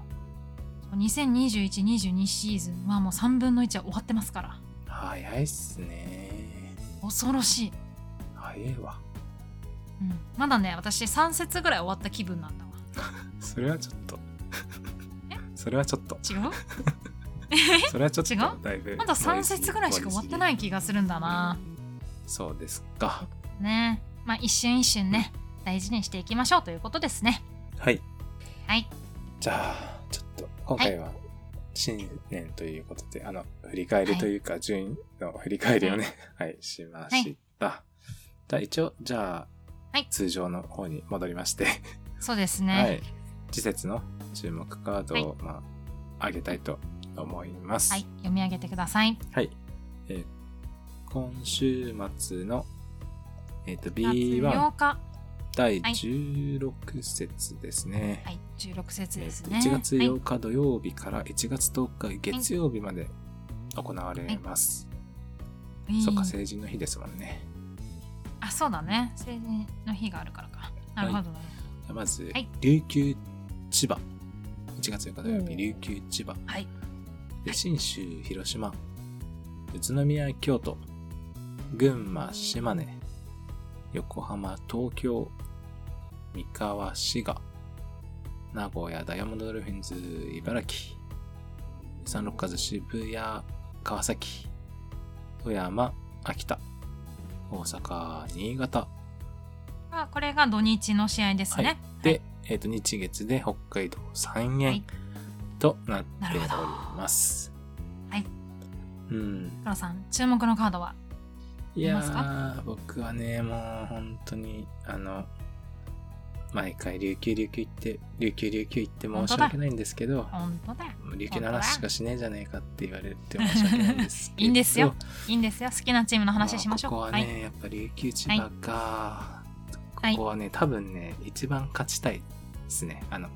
S2: 2021-22シーズンはもう3分の1は終わってますから
S1: 早いっすね。
S2: 恐ろしい、
S1: 早いわ。
S2: うん、まだね私3節ぐらい終わった気分なんだわ
S1: それはちょっと
S2: え。
S1: それはちょっと。 *laughs*
S2: 違う
S1: それはちょっと。
S2: 違う
S1: だいぶ。
S2: まだ3節ぐらいしか終わってない気がするんだな
S1: そうですか。
S2: ねまあ一瞬一瞬ね大事にしていきましょうということですね
S1: はい。
S2: はい
S1: じゃあ、ちょっと、今回は、新年ということで、あの、振り返りというか、順位の振り返りをね、はい、しました。じゃあ、一応、じゃあ、
S2: はい
S1: 通常の方に戻りまして、
S2: そうです
S1: は
S2: ね
S1: い。次節の注目カードを、まあ、あげたいと思います。
S2: はい、読み上げてください
S1: はい。えー今週末の、えっ、と、
S2: 2
S1: B1
S2: 8日
S1: 第16節ですね。
S2: はい16節
S1: え
S2: で
S1: っ
S2: す
S1: と
S2: ね
S1: 1月
S2: は
S1: 8
S2: い
S1: 日土曜日から1月10日月曜日まで行われます。そっか、成人の日ですもんね。
S2: あそうだね成人の日があるからかなるほど、ね
S1: じゃあまず、
S2: はい
S1: 琉球千葉。1月8日土曜
S2: お
S1: 日、
S2: ー
S1: 琉球千葉。
S2: はい
S1: で、信州、広島。宇都宮、京都。群馬、島根。横浜、東京。三河、滋賀。名古屋、ダイヤモンドドルフィンズ、茨城。三六和、渋谷、川崎。富山、秋田。大阪、新潟。
S2: あこれが土日の試合ですね、
S1: はいで、えっ、と、日月で北海道3円、
S2: はい
S1: となってお
S2: な
S1: り
S2: るほど
S1: ます。
S2: はい。
S1: うん。
S2: 黒さん注目のカードはいい
S1: や
S2: ますか
S1: ー、僕はね、もう本当に、あの、毎回琉球琉球行って、琉球琉球行って申し訳ないんですけど、
S2: 本当だよ
S1: 琉球の話しかしねえじゃねえかって言われて申し訳ないんですけど。
S2: いいんですよ。いいんですよ好きなチームの話しましょう、
S1: あここは
S2: は
S1: ね、
S2: い
S1: やっぱ琉球千葉か、
S2: はい
S1: ここはね多分ね一番勝ちたいですねあの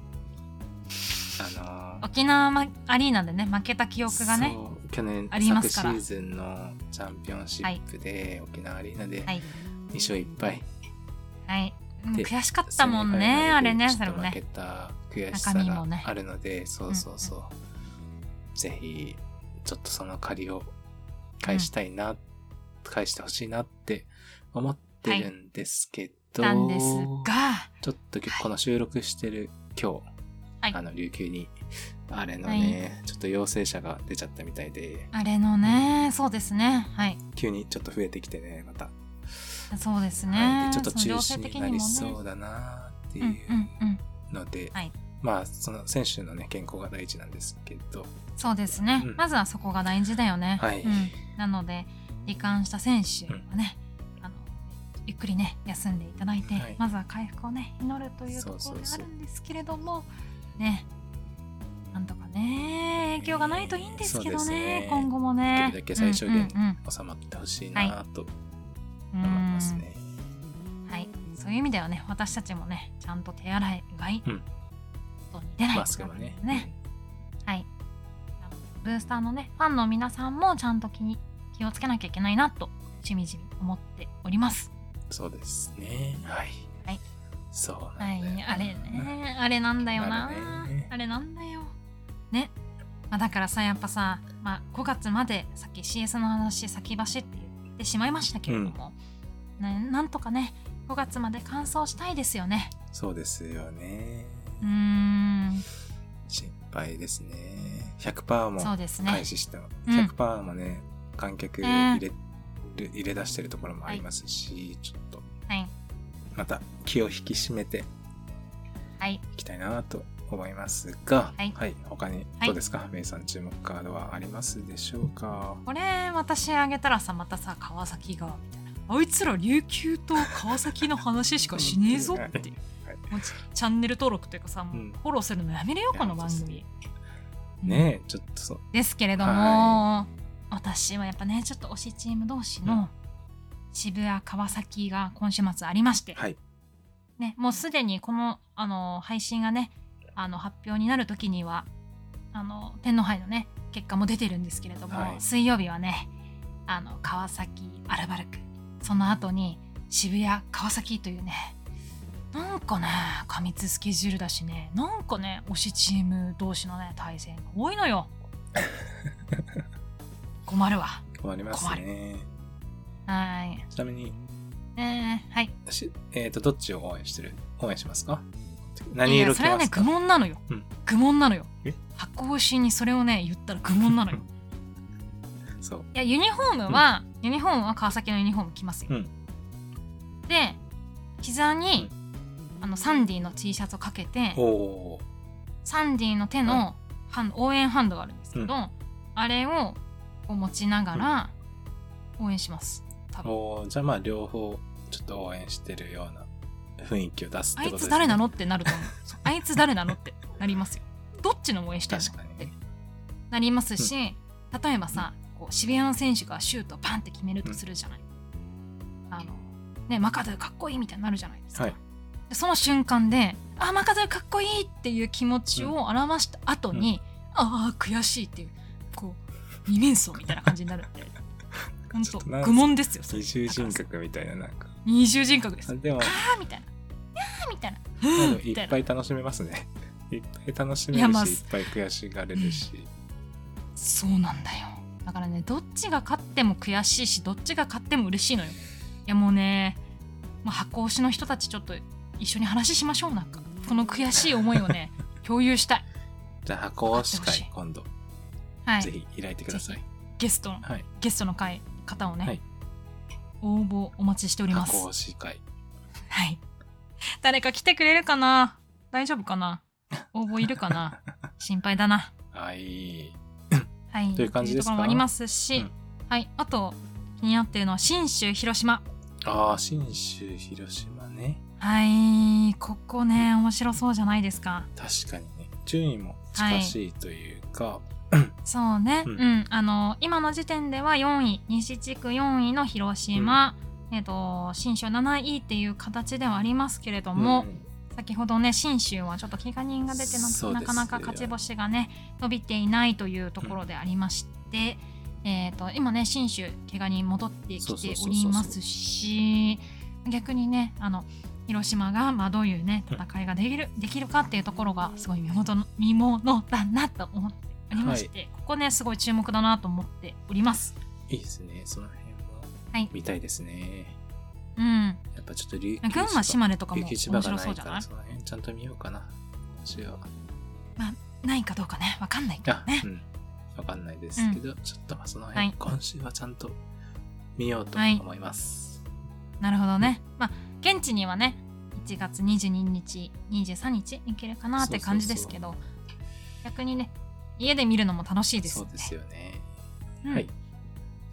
S1: あの
S2: 沖縄まアリーナでね負けた記憶がね
S1: そう去年
S2: ありま
S1: 昨
S2: す
S1: シ
S2: から
S1: ーズンのチャンピオンシップで、沖縄アリーナで
S2: はい
S1: 2勝1敗
S2: はい、うん
S1: で
S2: 悔しかったもんねあれねそれも
S1: 負け
S2: ね
S1: た悔しさ
S2: 中身もね
S1: があるので、そうそうそう、ぜひちょっとその借りを返したいな、返してほしいなって思ってるんですけど、
S2: なんですが
S1: ちょっと今日この収録してる今
S2: はい
S1: 日、あの琉球にあれのね、ちょっと陽性者が出ちゃったみたいで
S2: あれのねそうですねはい
S1: 急にちょっと増えてきてねまた、
S2: そうです
S1: はい
S2: ね
S1: でちょっと
S2: その
S1: 中
S2: 情勢
S1: 止
S2: 的
S1: になり
S2: も
S1: そ
S2: ね
S1: うだなって
S2: う
S1: い
S2: んうん
S1: う
S2: うん
S1: ので、
S2: はい
S1: まあその選手のね健康が大事なんですけど
S2: そうですね、
S1: うん
S2: まずはそこが大事だよね、
S1: はい
S2: うん、なので罹患した選手はね、あのゆっくりね休んでいただいて、
S1: はい
S2: まずは回復をね祈るというと
S1: そ
S2: こ
S1: うそう
S2: ろであ
S1: そう
S2: るんですけれどもねなんとかね影響がないといいんですけど
S1: そうです
S2: ね,、
S1: ね
S2: 今後もね
S1: できるだけ最小限
S2: うんうん
S1: 収まってほしいなと
S2: うん
S1: 思いますね、
S2: うんはいそういう意味ではね私たちもねちゃんと手洗いうがい、
S1: うん
S2: 外に出ない
S1: マスクもね
S2: ねはい、あのブースターのねファンの皆さんもちゃんと気に気をつけなきゃいけないなとしみじみ思っております。
S1: そうですねはい、
S2: はい
S1: そう
S2: は
S1: なん
S2: い
S1: だよ、、
S2: あれねあれなんだよな
S1: あ
S2: あ
S1: れ
S2: れ,、
S1: ね
S2: なんだよ。ね、まあ、だからさやっぱさ、まあ、5月までさっき CS の話先走って言ってしまいましたけれども、ね、なんとかね5月まで完走したいですよね。
S1: そうですよね、
S2: うーん
S1: 心配ですね100%も
S2: そうですね。
S1: 開始しても、
S2: うん
S1: 100%もね観客
S2: ね
S1: 入れ,、入れ出してるところもありますし、ちょっと
S2: はい、
S1: また気を引き締めて
S2: はい
S1: いきたいなと思いますが、
S2: はい
S1: 他に
S2: はい
S1: どうですか、メイさん注目カードはありますでしょうか
S2: これ私あげたらさまたさ川崎がみたいなあいつら琉球と川崎の話しかしねえぞって
S1: はい
S2: もうチチャンネル登録というかさもう
S1: うん
S2: フォローするのやめれようこの番
S1: いや
S2: 組
S1: ねえちょっとそう
S2: ですけれども
S1: は
S2: 私はやっぱねちょっと推しチーム同士
S1: うん
S2: の渋谷川崎が今週末ありまして、
S1: はい
S2: ね、もうすでにこのあの配信がねあの発表になる時にはあの天皇杯のね結果も出てるんですけれども、
S1: はい
S2: 水曜日はねあの川崎アルバルクその後に渋谷川崎というねなんかね過密スケジュールだしねなんかね推しチーム同士のね対戦が多いの
S1: *laughs*
S2: よ困るわ
S1: 困りますね。
S2: はい
S1: ちなみに、
S2: ねえはい
S1: しえっ、と、どっちを応援してる応援しますか
S2: い
S1: 何
S2: や
S1: 色
S2: そ
S1: 着
S2: れは
S1: ま
S2: ね
S1: すか
S2: 愚問なのよ、
S1: うん
S2: 愚問なのよ
S1: え
S2: 箱推しにそれをね言ったら愚問なのよ
S1: そう。
S2: いやユニフォームは、ユニフォームは川崎のユニフォーム着ますよ、
S1: うん
S2: で膝に、あのサンディの T シャツをかけて
S1: おお
S2: サンディの手のハンド応援ハンドがあるんですけど、
S1: うん
S2: あれをこう持ちながら応援します多
S1: ー
S2: 分
S1: おーじゃあまあ、両方、ちょっと応援してるような雰囲気を出すっ
S2: あ
S1: て
S2: い
S1: ことです、ね、
S2: つ誰なのってなると思うそうあいつ誰なのってなりますよどっちの応援してるの
S1: 確かにね。
S2: なりますし、例えばさこう渋谷の選手がシュートをパンって決めるとするじゃない、あのねマカドゥかっこいいみたいになるじゃないですか、
S1: はい
S2: でその瞬間であマカドゥかっこいいっていう気持ちを表した後に、ああ悔しいっていうこう二面相みたいな感じになる
S1: *laughs*
S2: んで本
S1: ちょ
S2: 当
S1: っとなん
S2: 愚問ですよそれ
S1: 二重人格みたいな、なんか。
S2: 二重人格です
S1: あ
S2: あ
S1: でも、
S2: あみたいなああみたいな
S1: で
S2: うん
S1: もい
S2: みた
S1: っ
S2: いな
S1: ぱい楽しめますね。いっぱい楽しめ
S2: いや
S1: る
S2: まあ
S1: し、いっぱい悔しがれるし。
S2: そうなんだよだからねどっちが勝っても悔しいしどっちが勝っても嬉しいのよいやもうねもう箱推しの人たちちょっと一緒に話しましょうなんかこの悔しい思いを
S1: *laughs*
S2: ね共有したい
S1: じゃあ、箱をし
S2: 買ってほし
S1: 会
S2: い、
S1: 今度、
S2: はい
S1: ぜひ開いてください。
S2: ゲストの
S1: はい。
S2: ゲストの会方をね、
S1: はい
S2: 応募お待ちしております
S1: 箱をし会。
S2: はい誰か来てくれるかな大丈夫かな応募いる
S1: *laughs*
S2: かな心配だな
S1: はい。
S2: はい
S1: という感じですか
S2: ところもありますし、
S1: うん
S2: はいあと気になっているのは信州広島
S1: ああ、信州、広島ね。
S2: はい、ここね、面白そうじゃないですか。
S1: 確かにね。順位も近しいというか、
S2: そうね、う、
S1: うんん
S2: あの、今の時点では4位、西地区4位の広島。えっと、信州7位っていう形ではありますけれども、
S1: うん
S2: 先ほどね信州はちょっと怪我人が出てな
S1: そう
S2: な
S1: です
S2: かなか勝ち星がね伸びていないというところでありまして、えー、と今ね信州怪我人戻ってき
S1: そうそう
S2: て
S1: そう
S2: お
S1: そう
S2: りますし逆にねあの広島がまあどういうね
S1: うん
S2: 戦いができるできるかっていうところがすごい見もの見ものだなと思っておりまして、ここねすごい注目だなと思っております。
S1: いいですね。その辺も
S2: はい
S1: 見たいですね。
S2: うん、
S1: やっぱちょっと琉
S2: 群馬島根とかも
S1: 琉
S2: 面
S1: 球千
S2: 白
S1: 葉がな
S2: そう
S1: い
S2: じゃ
S1: か
S2: な
S1: ら、
S2: い
S1: その辺ちゃんと見ようかな。今週は。
S2: ないかどうかねわかんないけど
S1: あ、
S2: ね
S1: う。ん。わかんないですけど、ちょっとまあその辺、
S2: はい
S1: 今週はちゃんと見ようと思います。
S2: なるほどね。まあ現地にはね1月22日23日行けるかなって感じですけど逆にね家で見るのも楽しいです
S1: そう
S2: よね
S1: ですよね。
S2: うん
S1: はい。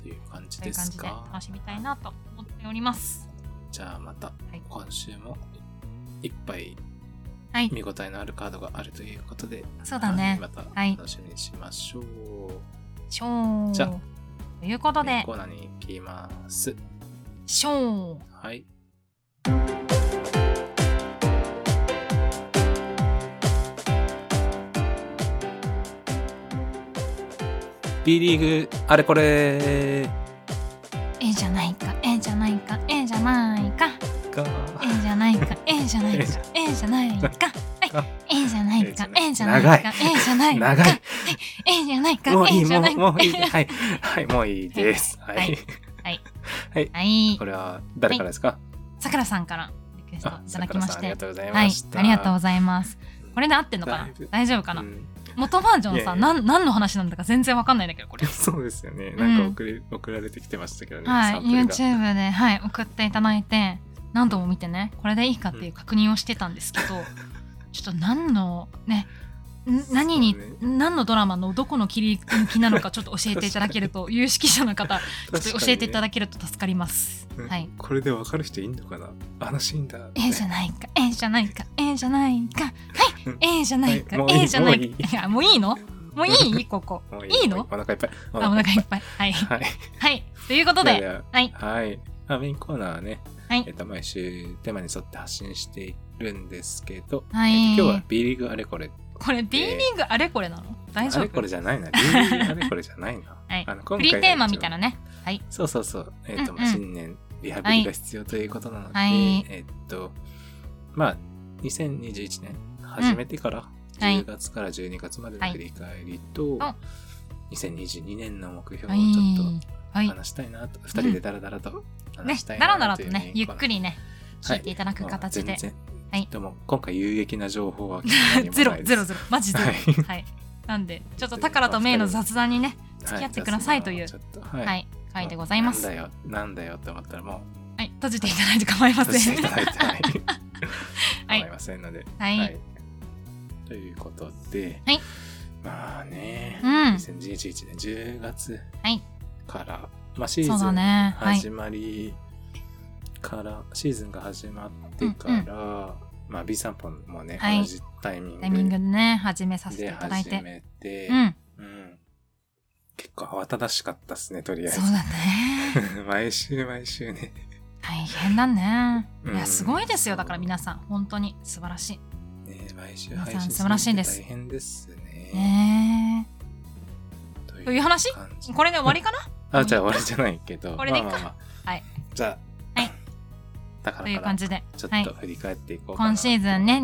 S1: という感じ
S2: と
S1: で
S2: いう感
S1: す
S2: じで楽
S1: か。
S2: しみたいなと思っております。
S1: じゃあまた
S2: はい
S1: 今週もいっぱい
S2: はい、
S1: 見応えのあるカードがあるということで、
S2: そうだね
S1: はいまた
S2: い
S1: 楽しみにしましょう。
S2: しょう
S1: じゃあ
S2: ということで
S1: コーナーに行きます。
S2: しょう
S1: はい。B リーグあれこれ
S2: ええじゃないかええじゃないかええじゃないか
S1: が
S2: ええじゃない
S1: *laughs*
S2: かええじゃないかええじゃないかはいええじゃないかええじゃないかええじゃないか
S1: 長い
S2: ええじゃないか
S1: もう
S2: え
S1: い
S2: え
S1: い
S2: じ
S1: も
S2: ゃな
S1: う
S2: いか
S1: も
S2: *laughs*
S1: ういいはいはいもういいですは
S2: は
S1: いい、
S2: はい
S1: これは誰からですか、
S2: さくらさんからリクエストい
S1: あ
S2: ただきまし
S1: 桜さんあり
S2: て
S1: がとうござい
S2: はい
S1: ました、
S2: ありがとうございますこれで合ってんのか
S1: だ
S2: ない
S1: ぶ
S2: 大丈夫かな、
S1: うん *laughs*
S2: 元バージョン
S1: い
S2: さ
S1: やいや
S2: なん何の話なんだか全然わかんないんだけどこ
S1: *laughs*
S2: れ
S1: そうですよねなんか送り、送られてきてましたけどね、
S2: は
S1: サ
S2: い
S1: ンプルが
S2: YouTube で、はい、送っていただいて何度も見てねこれでいいかっていう確認をしてたんで
S1: *laughs*
S2: すけど、ちょっと何のねん何に、
S1: そうね
S2: 何のドラマのどこの切り抜きなのかちょっと教えていただける
S1: *laughs*
S2: と有識者の方ちょっと教えていただけると助かります。
S1: うん
S2: はい
S1: これでわかる人いんのかな話いいんだ。
S2: ええじゃないか、ええじゃないか、ええじゃないか、は
S1: うん *laughs*
S2: い、ええじゃないか
S1: はい、もういい
S2: ええじゃな
S1: もう
S2: い
S1: いい
S2: か。いや、もういいのもうい
S1: *laughs*
S2: いここ。
S1: もう
S2: いいの
S1: お腹いっぱい。お
S2: あ、お腹いっぱい。はい。
S1: はい。
S2: はい。ということ
S1: で
S2: で、
S1: は
S2: はい。
S1: はい。まあメインコーナーはね、
S2: はい
S1: えっと、毎週テーマに沿って発信しているんですけど、
S2: はい
S1: えっと今日は B リーグあれこれ
S2: これ B リーグあれこれなの大丈
S1: あ
S2: 夫
S1: れこれじゃないな。リーグあれこれじゃないな。
S2: *laughs* はい
S1: あの今
S2: フリーテーマみたい
S1: な。
S2: なねはい
S1: そうそうそう。えっ、と、
S2: うんうん
S1: まあ新年リハビリが必要ということなので、
S2: はい
S1: えっ、と、まあ、2021年始めてから、
S2: はい
S1: 10月から12月までの振り返りと、
S2: はい
S1: 2022年の目標
S2: は
S1: をちょっと
S2: いはい
S1: 話したいなと、二人でダラダラと
S2: ね
S1: 話したい
S2: だらだ
S1: な
S2: ら
S1: と
S2: と
S1: いう
S2: ねゆっく
S1: り
S2: りね聞いていただく形で、
S1: 全
S2: はい
S1: 然でも今回有益な情報は何もないです
S2: *laughs* ゼロゼロゼロマジゼロ
S1: はい
S2: はいなんでちょっとタカラとメイの雑談にね付き合ってくださいという
S1: は雑談をちょっとはい
S2: はい回でございます
S1: な
S2: は
S1: んだよなんだよって思ったらも
S2: い閉じていただいて構いま
S1: う閉
S2: せ
S1: じて
S2: ん
S1: いただいて
S2: *laughs*
S1: はい
S2: はい
S1: 構いませんので
S2: はい
S1: ということで、
S2: はい
S1: まあね、
S2: うん
S1: 2011年10月
S2: はい
S1: から、まあ、シー
S2: そう
S1: ズ
S2: だ
S1: ン
S2: ねはい
S1: 始まりから、シーズンが始まってから、まあ、B 散歩もね、
S2: はい
S1: 同じタイミング
S2: タイミングでね始めさせてい
S1: で
S2: ただい
S1: 始
S2: て
S1: めて、
S2: うん
S1: うん結構慌ただしかったっすね、とりあえ
S2: そ
S1: ず
S2: う。
S1: *laughs*
S2: だね
S1: 毎週毎週ね。
S2: 大変だね
S1: うん
S2: いやすごいですよだから皆さん本当に素晴らし
S1: ね毎週
S2: 皆さん
S1: 配信
S2: 素晴らしいです
S1: るのって大変ですね。
S2: いねえという話
S1: 感じ
S2: これで終わりかな
S1: あ、じゃあ終わりじゃないけど。
S2: これでいいか
S1: まあまあまあ
S2: はい。
S1: じゃあ、
S2: はい。
S1: だか
S2: という
S1: らか
S2: 感
S1: ら
S2: じで
S1: ちょ
S2: は
S1: っ
S2: い
S1: と振り返っていこうかな。
S2: 今シーズンね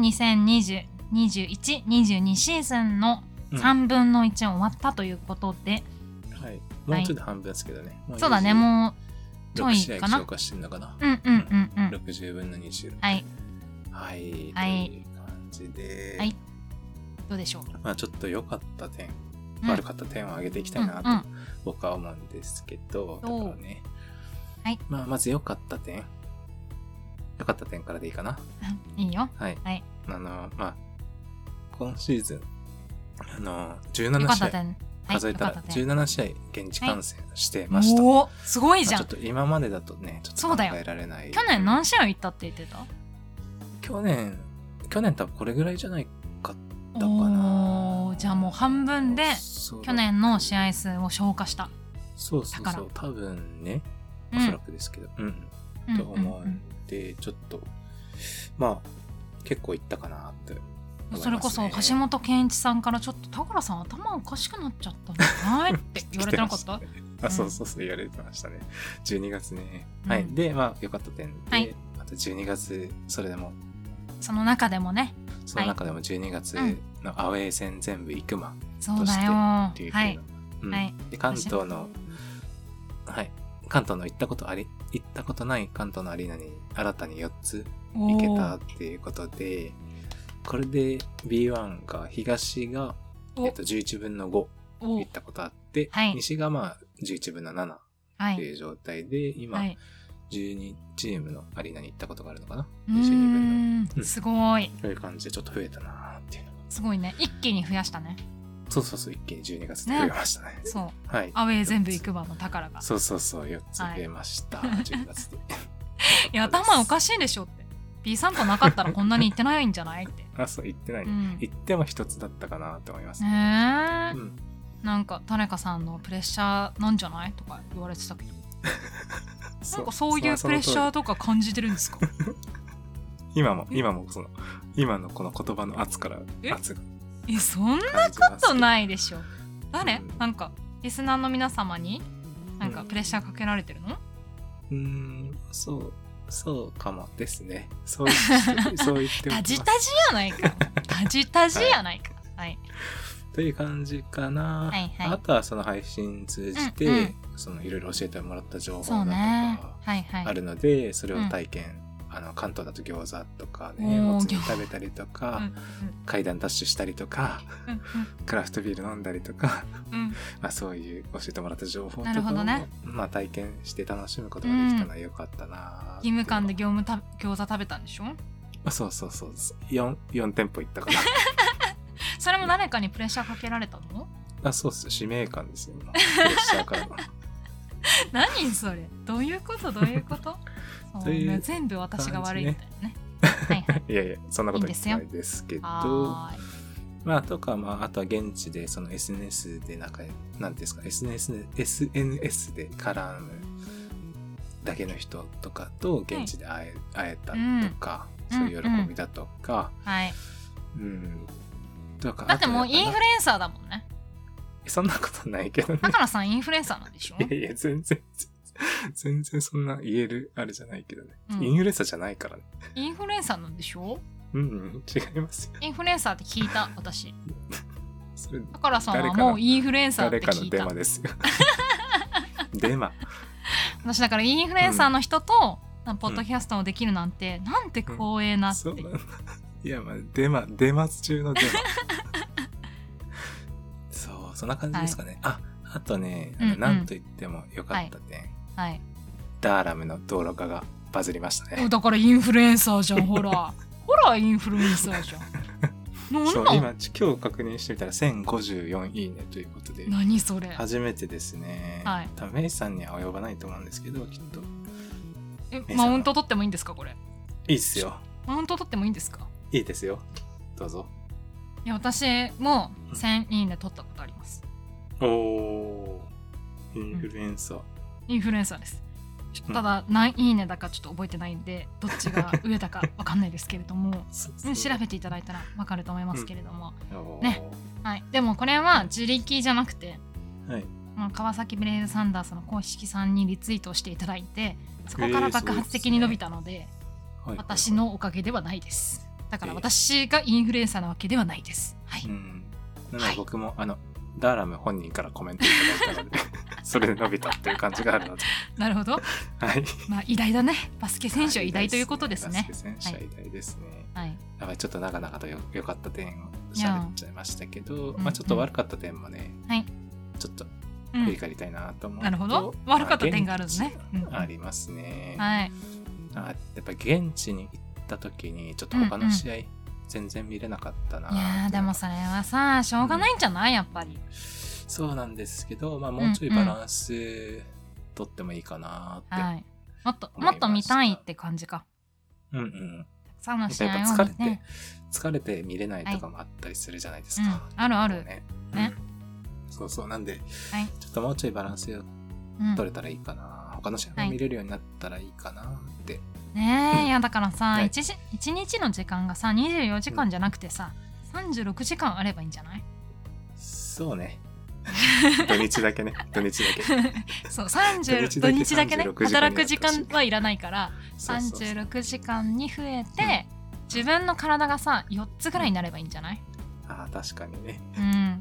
S2: 20202122シーズンの
S1: うん
S2: 3分の1終わったということで、
S1: はい。もうちょっと半分ですけどね。
S2: そうだねも
S1: う
S2: ちょ
S1: 26
S2: い
S1: 試合
S2: かな
S1: 消化してんのかな。
S2: ううんうんうんうん
S1: 60分の20。
S2: はい
S1: はい。
S2: はい
S1: という感じで、
S2: はいどうでしょう
S1: まあちょっと良かった点、
S2: うん
S1: 悪かった点を上げていきたいなと
S2: うんうん
S1: 僕は思うんですけど、
S2: どう
S1: だからね。
S2: はい
S1: まあまず良かった点。良かった点からでいいかな。
S2: いいよ
S1: はい。
S2: はい
S1: あの、まあ、今シーズン、あの、
S2: よ
S1: 17
S2: かっ
S1: 試
S2: た
S1: 合、
S2: 点はい
S1: 数えた
S2: よからった点
S1: 17試合現地観戦してました。
S2: おおすごいじ
S1: まあ
S2: ゃ
S1: ち
S2: ん
S1: ょっと今までだとね、ちょっと
S2: そう
S1: 考
S2: だよ
S1: えられない。
S2: 去年何試合行ったって言ってた
S1: 去年、去年多分これぐらいじゃないかったか
S2: お
S1: な
S2: お。じゃあもう半分で
S1: そう
S2: 去年の試合数を消化した、
S1: そうそう
S2: だか
S1: そ
S2: ら
S1: う、多分ね、
S2: う
S1: お
S2: ん
S1: そらくですけど、うん、
S2: うん
S1: と思
S2: う
S1: うん
S2: うん
S1: んで、ちょっと、まあ、結構いったかなって思います、ね。
S2: それこそ橋本健一さんからちょっと「田倉さん頭おかしくなっちゃったんじゃない?」って言われてなかった
S1: 来まし
S2: う
S1: た *laughs*
S2: ん
S1: あ、そうそうそう、言われてましたね。12月ね。
S2: うん
S1: はい。で、まあ、良かった点で、
S2: はい
S1: あと12月、それでも、
S2: その中でもね
S1: その中でも12月のアウェー戦全部行くまっ
S2: そうだよ
S1: ていうふうな。
S2: はい
S1: うん
S2: はい
S1: で、関東の、はい。関東の行ったことあり、行ったことない関東のアリーナに新たに4つ行けたっていうことで、これで B1 が、東が、
S2: おー
S1: えっと、11分の5
S2: お
S1: 行
S2: ー
S1: ったことあって、
S2: はい
S1: 西がまあ11分の7っ
S2: は
S1: て
S2: い
S1: いう状態で、今、
S2: はい
S1: 12チームのアリーナに行ったことがあるのかな
S2: う
S1: 22分の
S2: ーんすごい
S1: そういう感じでちょっと増えたなーっていうのが
S2: すごいね一気に増やしたね
S1: そうそうそう一気に12月で増えましたね
S2: そう
S1: はい
S2: アウェー全部行くわの宝が
S1: そうそうそう4つ増えました、12月で
S2: いや頭お
S1: し
S2: かしいでしょって B 散歩なかったらこんなに行ってないんじゃないって
S1: いあそう言ってない、
S2: う
S1: ね
S2: ん
S1: 言っても一つだったかなと思いますね、
S2: ねえ
S1: うん
S2: なんか誰かさんのプレッシャーなんじゃないとか言われてたけどなんかそういうプレッシャー
S1: ー
S2: とか感じてるんです *laughs* か
S1: 今も今もその今のこの言葉の圧から
S2: え
S1: 圧が
S2: えそんな
S1: 感じま
S2: こと
S1: い
S2: ないでしょ誰、
S1: うん
S2: なんかリスナーの皆様になんか
S1: うん
S2: プレッシャーかけられてるの、
S1: うーんそうそうかもですねそう
S2: *laughs*
S1: 言ってそう言っても
S2: タジタジやない *laughs* かタジタジやないかはい
S1: という感じかな、
S2: はいはい
S1: あとはその配信通じて、
S2: うんうん
S1: そのいろいろ教えてもらった情
S2: そ
S1: 報
S2: う
S1: だ
S2: ね
S1: とか
S2: はいはい
S1: あるので、それを体験、あの関東だと餃子とかね
S2: おー
S1: もつ煮食べたりとか、
S2: うん
S1: 階段ダッシュしたりとか
S2: うん
S1: クラフトビール飲んだりとか、 *laughs*
S2: うんうん
S1: まあ、そういう教えてもらった情報と
S2: なる
S1: か
S2: ほ
S1: を、
S2: どね
S1: まあ、体験して楽しむことができたのは良かったな、
S2: 義務感で
S1: ま
S2: 業務た餃子食べたんでしょ
S1: あそうそうそう4四店舗行ったから
S2: それも誰かにプレッシャーかけられたの
S1: *laughs* あそうっす使命感ですよ今プレッシャーからの *laughs*
S2: 何それどういうことどういう *laughs* ことそ
S1: と
S2: う
S1: いう
S2: ね全部私が悪いみたいなねはいはい
S1: いやいやそんなこと言ってないですけど
S2: はーい
S1: まあ、とか、まあ、あとは現地で、その SNS で、なんか、なんていうんですか、SNS で、SNS で絡むだけの人とかと、現地で会え,、会えたとか、
S2: うん
S1: そういう喜びだとか、
S2: はい
S1: うん、とか
S2: だってもうイン
S1: レ
S2: フルエンサーだもんね
S1: そんなことないけ
S2: *laughs*
S1: どね
S2: だからさんインフルエンサーなんでしょ、
S1: いやいや全然全然全然そんな言えるあれじゃないけどね、
S2: うん
S1: インフルエンサーじゃないからね
S2: インフルエンサーなんでしょ
S1: うんうん違いますよ
S2: インフルエンサーって聞いた私
S1: それ
S2: だからさん
S1: 誰
S2: は
S1: かの
S2: もうインフルエンサーって
S1: 誰か
S2: 聞
S1: の
S2: い
S1: デ
S2: た
S1: マです
S2: *laughs*
S1: よデマ
S2: 私だからインフルエンサーの人と、ポッドキャストをできるなんて、なんて光栄なって、
S1: そうなんだいやまあデマデマ中のデマ
S2: *laughs*
S1: そうそんな感じですかね、ああとねあ
S2: うん
S1: の
S2: うん
S1: なんと言ってもよかった点、
S2: はい
S1: ダーラムの道路化がバズりましたね
S2: だからインフルエンサーじゃん
S1: *laughs*
S2: ほらほらインフルエンサーじゃんなん
S1: そう
S2: なん
S1: 今ち今日確認してみたら1054いいねということで
S2: 何それ
S1: 初めてですね、
S2: はい
S1: 多分メイさんには及ばないと思うんですけどきっとい
S2: え
S1: え
S2: マウント取ってもいいんですかこれ
S1: いっすよ
S2: マウント取ってもいいんですか
S1: いいですよどうぞ
S2: いや私も1000いいね取ったことあります
S1: おおインフルエンサー、
S2: インフルエンサーですちょ
S1: うん
S2: ただ何いいねだかちょっと覚えてないんでどっちが上だかわかんないですけれども
S1: そう *laughs*
S2: う
S1: そ
S2: ん
S1: う
S2: 調べていただいたらわかると思いますけれども、
S1: おー
S2: ねはい、でもこれは自力じゃなくて
S1: はい
S2: まあ川崎ブレイブサンダースの公式さんにリツイートしていただいてそこから爆発的に伸びたので,、
S1: はい
S2: 私のおかげではないですだから
S1: ええ
S2: 私がインフルエンサーなわけではないですはい、
S1: うん。なので僕も、あの、ダーラム本人からコメントいただいたの
S2: *laughs*
S1: で、それで伸びたっていう感じがあるので、
S2: *laughs* なるほど
S1: はい。
S2: まあ偉大だねバスケ選手は偉大ということ
S1: *laughs*
S2: ですね
S1: バスケ選手は偉大ですね。
S2: はい、
S1: やばい、ちょっと長々とよ良かった点を喋っちゃいましたけど、
S2: や
S1: まあちょっと悪かった点もね、
S2: はい
S1: ちょっと
S2: う
S1: 振り
S2: ん、
S1: 返りたいなと思うと、
S2: なるほど
S1: ま
S2: 悪かった点があるんですね
S1: 現地
S2: うん
S1: ありますね。
S2: はい
S1: あやっぱ現地に行った時に、ちょっと他の試合、全然見れなかったな。
S2: いやーでもそれはさしょうがないんじゃないやっぱり
S1: そうなんですけど、まあ、もうちょいバランス取ってもいいかなって。
S2: はいもっと
S1: 思いま
S2: も
S1: した
S2: っと見たいって感じか
S1: うんうん。
S2: たくさんの試
S1: やっ
S2: 合
S1: ぱ
S2: を
S1: 疲れ
S2: 見
S1: て、
S2: て、
S1: 疲れて見れないとかもあったりするじゃないですか。
S2: うん、あるある、
S1: ね
S2: ね
S1: うんそうそう。なんで、
S2: はい
S1: ちょっともうちょいバランス
S2: うん、
S1: 取れたらいいかな。他の試合も見れるようになったらいいかなって。
S2: ねえ、いやだからさ、
S1: はい
S2: 一時一日の時間がさ24時間じゃなくてさ、36時間あればいいんじ
S1: *laughs*
S2: ゃない
S1: そう
S2: *laughs*
S1: ね。土日だけね。土日だけ。
S2: そう30
S1: 土日
S2: 土
S1: だけ
S2: 日だけね
S1: 36時間になって
S2: 働
S1: ほ
S2: く
S1: しい
S2: 時間はいらないから
S1: そうそうそう
S2: 36時間に増えて、自分の体がさ4つぐらいになればいいんじゃない、
S1: ああ、確かにね。
S2: うん、なん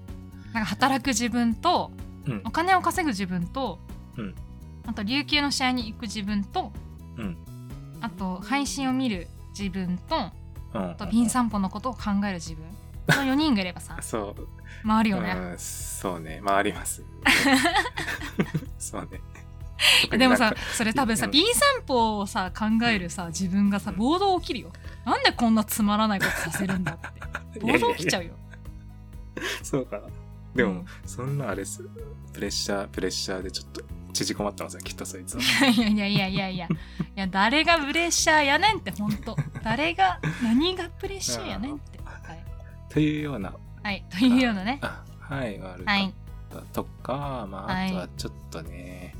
S2: か働く自分と
S1: うん
S2: お。金を稼ぐ自分と、
S1: うん
S2: あと琉球の試合に行く自分と
S1: うん。
S2: あと配信を見る自分とあ
S1: うん。
S2: とビン散歩のことを考える自分この4人がいれば
S1: *laughs*
S2: さ
S1: そう。
S2: 回るよね。
S1: うん、そうね。まあ、あり
S2: *laughs*
S1: ます。そうね。
S2: えでもさ、それ多分
S1: う
S2: さ、
S1: ん
S2: B 散歩をさ、考えるさ、自分がさ、
S1: うん
S2: 暴動起きるよ。なんでこんなつまらないことさせるんだ
S1: *laughs*
S2: って。暴動起きちゃ
S1: う。
S2: うよ。
S1: そうかな。でも、
S2: うん
S1: そんなあれっす。プレッシャー、プレッシャーでちょっと縮こまってますよ、きっとそいつは。
S2: いやいやいやいやいや。いや、誰がプレッシャーやねんって、ほんと。誰が、何がプレッシャーやねんって。はい。
S1: というような、
S2: はい、というようなね。
S1: あはい、悪か
S2: は
S1: っ
S2: い。
S1: たとか、まあ、
S2: は
S1: あ
S2: い
S1: とはちょっとね、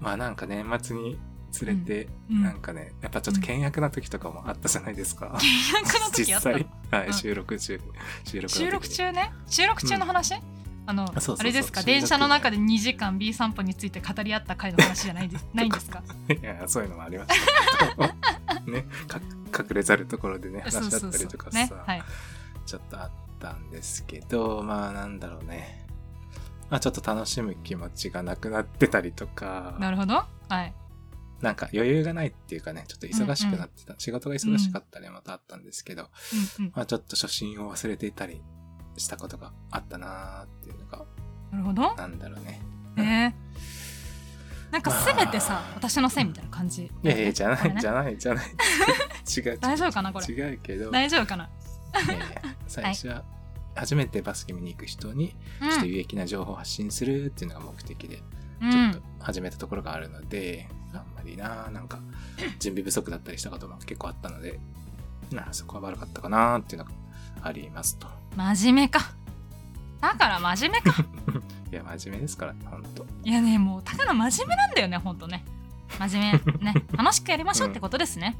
S1: まあなんか年末に連れて、
S2: うん。
S1: なんかね、やっぱちょっと険悪な時とかもあったじゃないですか。
S2: 契約の時
S1: *laughs* 実
S2: あったの
S1: 際、は
S2: うん
S1: い、収録中、収録の時に
S2: 収録中ね。収録中の話あの
S1: そうそうそう
S2: あれですか
S1: 収録
S2: 電車の中で2時間 B 散歩について語り合った回の話じゃないで
S1: *laughs*
S2: ないんですか
S1: いやそういうのもありましたけど *laughs* ねか隠れざるところでね
S2: そう
S1: 話だ
S2: そ
S1: っ
S2: う
S1: たり
S2: そ
S1: とか
S2: う
S1: さ、
S2: ねはい
S1: ちょっとあったんですけどまあなんだろうねまあちょっと楽しむ気持ちがなくなってたりとか
S2: なるほどはい
S1: なんか余裕がないっていうかねちょっと忙しくなってた、仕事が忙しかったりまたあったんですけど、
S2: うんうん
S1: まあちょっと初心を忘れていたりしたことがあったなーっていうのが
S2: なるほど
S1: なんだろうね
S2: ねなんかすべてさ、
S1: まあ
S2: 私のせいみたいな感じ、
S1: いやいやじゃな
S2: これ
S1: い
S2: ね
S1: じゃないじゃない違う
S2: *laughs*
S1: 違う
S2: 大丈夫かなこれ
S1: 違うけど
S2: 大丈夫かない *laughs*
S1: やいや最初は初めてバスケ見に行く人に
S2: う
S1: ちょっと
S2: ん
S1: 有益な情報を発信するっていうのが目的でち
S2: う
S1: ょっと
S2: ん
S1: 始めたところがあるので、あんまりななんか準備不足だったりしたことも結構あったのでなそこは悪かったかなっていうのがありますと
S2: 真面目かだから真面目か *laughs*
S1: いや真面目ですからねほんと
S2: いやねもうたかの真面目なんだよねほんとね真面目ね楽しくやりましょうってことですね、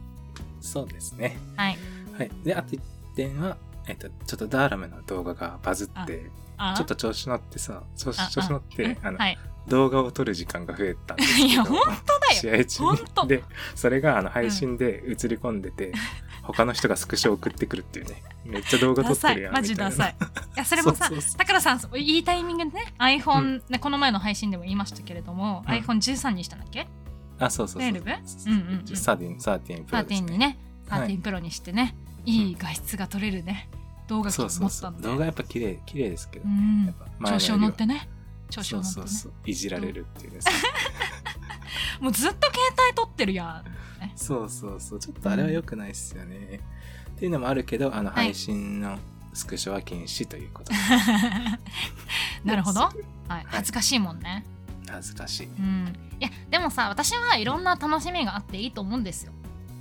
S1: そうですね
S2: はい
S1: はいであと1点はえっと、ちょっとダーラムの動画がバズって、
S2: あ
S1: ちょっと調子乗ってさ、調
S2: あ
S1: 子調子乗って、あの、
S2: はい
S1: 動画を撮る時間が増えたんですけど。
S2: *laughs* いや本当だよ
S1: 試合中
S2: 本当
S1: に。で、それがあの配信で映り込んでて、他の人がスクショ送ってくるっていうね。めっちゃ動画撮
S2: ダ
S1: っ
S2: サ
S1: てる
S2: い
S1: やん。
S2: マジダ
S1: みた
S2: サいいやそれもさ
S1: そうそうそう
S2: だからさいいタイミングでね iPhone、ねこの前の配信でも言いましたけれども、
S1: うん
S2: iPhone13 にしたんだっけ
S1: いな。あ、そうそうそう。
S2: 12
S1: そううん
S2: うんうん
S1: サーティン、サーティンプロです
S2: 13
S1: ね。
S2: にね
S1: はい
S2: 13プロにしてね、いい画質が撮れるね動画機
S1: そ
S2: 持
S1: うそう
S2: っ
S1: そ
S2: た
S1: う
S2: の。で
S1: 動画やっぱ綺麗、綺麗ですけど。
S2: う
S1: や
S2: ん
S1: っぱ前のよりは
S2: 調子を乗ってね調子を乗って
S1: そ
S2: ね
S1: うそうそう。いじられるっていうね。
S2: もうずっと携帯撮ってる
S1: *laughs*
S2: やん
S1: そうそうそう。ちょっとあれは良くないっすよね。っていうのもあるけど、あの、
S2: はい
S1: 配信のスクショは禁止という
S2: *laughs*
S1: ことで。
S2: なるほど、はい、恥ずかしいもんね、
S1: 恥ずかしい。
S2: うん、いやでもさ私はいろんな楽しみがあっていいと思うんですよ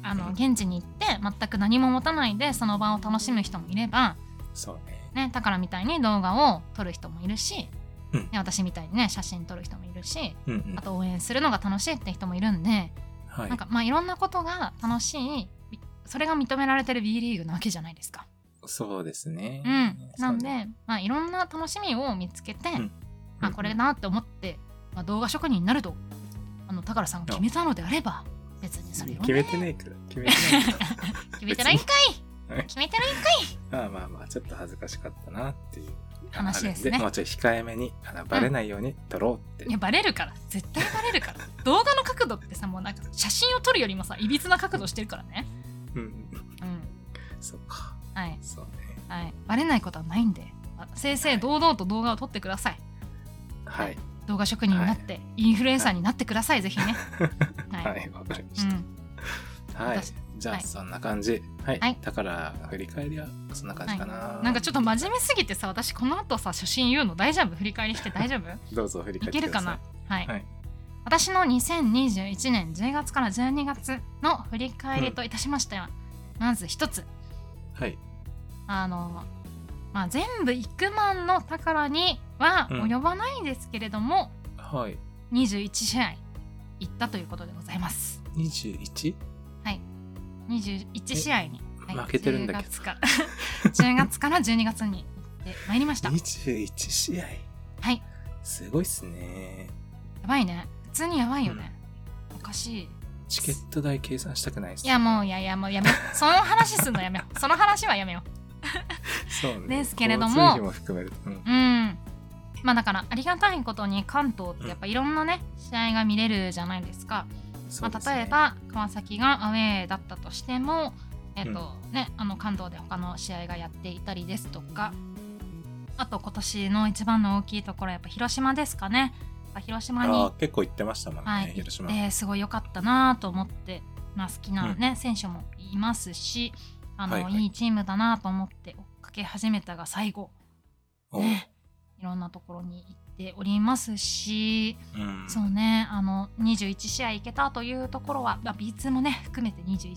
S2: あ
S1: う
S2: の
S1: ん
S2: 現地に行って全く何も持たないでその場を楽しむ人もいれば
S1: そうね。
S2: ねだからみたいに動画を撮る人もいるし、
S1: うん
S2: ね、私みたいにね写真撮る人もいるし
S1: うんうん
S2: あ。と応援するのが楽しいって人もいるんで、
S1: はい
S2: なん。かまあいろんなことが楽しいそれが認められてる B リーグなわけじゃないですか。
S1: そうですね。
S2: うん、なんで、
S1: そうね、
S2: まあ、いろんな楽しみを見つけて、
S1: ん
S2: あこれなって思って、まあ、動画職人になるとあの宝さんが決めたのであれば別にそれを、ね、
S1: 決めてないけど決めてないけど
S2: 決めてないんか
S1: 別に
S2: い決めてないんか *laughs*
S1: まあまあまあちょっと恥ずかしかったなっていう
S2: 話ですね
S1: あるんもうちょい控えめにあのバレないように撮ろうって、
S2: いいやバレるから絶対バレるから
S1: *laughs*
S2: 動画の角度ってさもうなんか写真を撮るよりもさいびつな角度してるからね
S1: うん
S2: うん
S1: そうか
S2: はい
S1: そうね
S2: はいバレないことはないんであ正々堂々と動画を撮ってください
S1: はい
S2: 動画職人になって、インフルエンサーになってください
S1: *laughs*
S2: ぜひねはい、
S1: はいわ、かりま
S2: う
S1: した、
S2: ん、
S1: はい
S2: 私
S1: じゃ
S2: は
S1: あ
S2: い
S1: そんな感じはい、
S2: はい
S1: だから振り返りはそんな感じかな、
S2: なんかちょっと真面目すぎてさ私この後さ初心言うの大丈夫振り返りして大丈
S1: *laughs*
S2: 夫
S1: どうぞ振り
S2: い
S1: 返って
S2: け
S1: ください
S2: るかなはい、
S1: はい
S2: 私の2021年10月から12月の振り返りといたしましては、まず一つ
S1: はい
S2: あの、まあ、全部幾万の宝には
S1: うん
S2: 及ばないんですけれども、
S1: はい
S2: 21試合行ったということでございます
S1: 21?
S2: 21試合に、はい
S1: 負けてるんだけど
S2: 10月から *laughs* 10月から12月に行ってまいりましたや
S1: 21試合
S2: はい
S1: すごいっすね
S2: ばいね普通にやばいよね、おかしい
S1: チケット代計算したくないっす
S2: いやもういやいやもうやめ
S1: *laughs*
S2: その話すんのやめようその話はやめよう
S1: そう、ね、
S2: ですけれども
S1: 交通費も含めるうん
S2: うんまあだからありがたいことに関東ってやっぱいろんなね、試合が見れるじゃないですか、
S1: そう
S2: ま
S1: です
S2: あ、
S1: ね
S2: 例えば川崎がアウェーだったとしてもえっ、と、ねあの関東で他の試合がやっていたりですとかあと今年の一番の大きいところはやっぱ広島ですかねやっぱ広島に
S1: ああ結構行ってましたもんね、
S2: はい、
S1: 広島、
S2: 行ってすごい良かったなと思って、まあ、好きな、ね選手もいますしあの、
S1: はい
S2: い
S1: はい
S2: い、チームだなと思って追っかけ始めたが最後
S1: おう
S2: ねいろんなところに行っておりますし、
S1: うん
S2: そうねあの21試合行けたというところは、まあ、B2 もね含めて21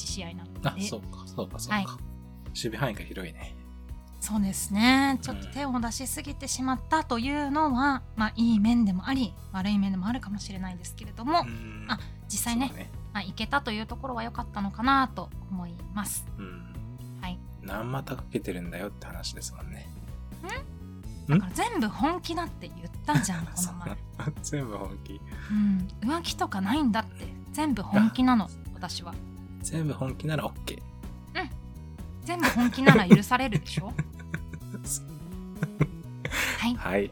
S2: 試合なので
S1: あそうかそうかそうか、
S2: はい
S1: 守備範囲が広いね
S2: そうですねちょっと手を出しすぎてしまったというのは、まあ、いい面でもあり悪い面でもあるかもしれないですけれども、
S1: うん
S2: あ実際ね
S1: そう
S2: まあ、行けたというところは良かったのかなと思います。
S1: うん
S2: はい、
S1: 何股かけてるんだよって話ですもんねん
S2: だから全部本気だって言った *laughs* じゃんこ
S1: そ
S2: の
S1: ん
S2: 前
S1: な、 *laughs* 全部本気
S2: うん、浮気とかないんだって全部本気なの私は
S1: 全部本気なら OK
S2: 全部本気なら許されるで *laughs* しょはい、
S1: はい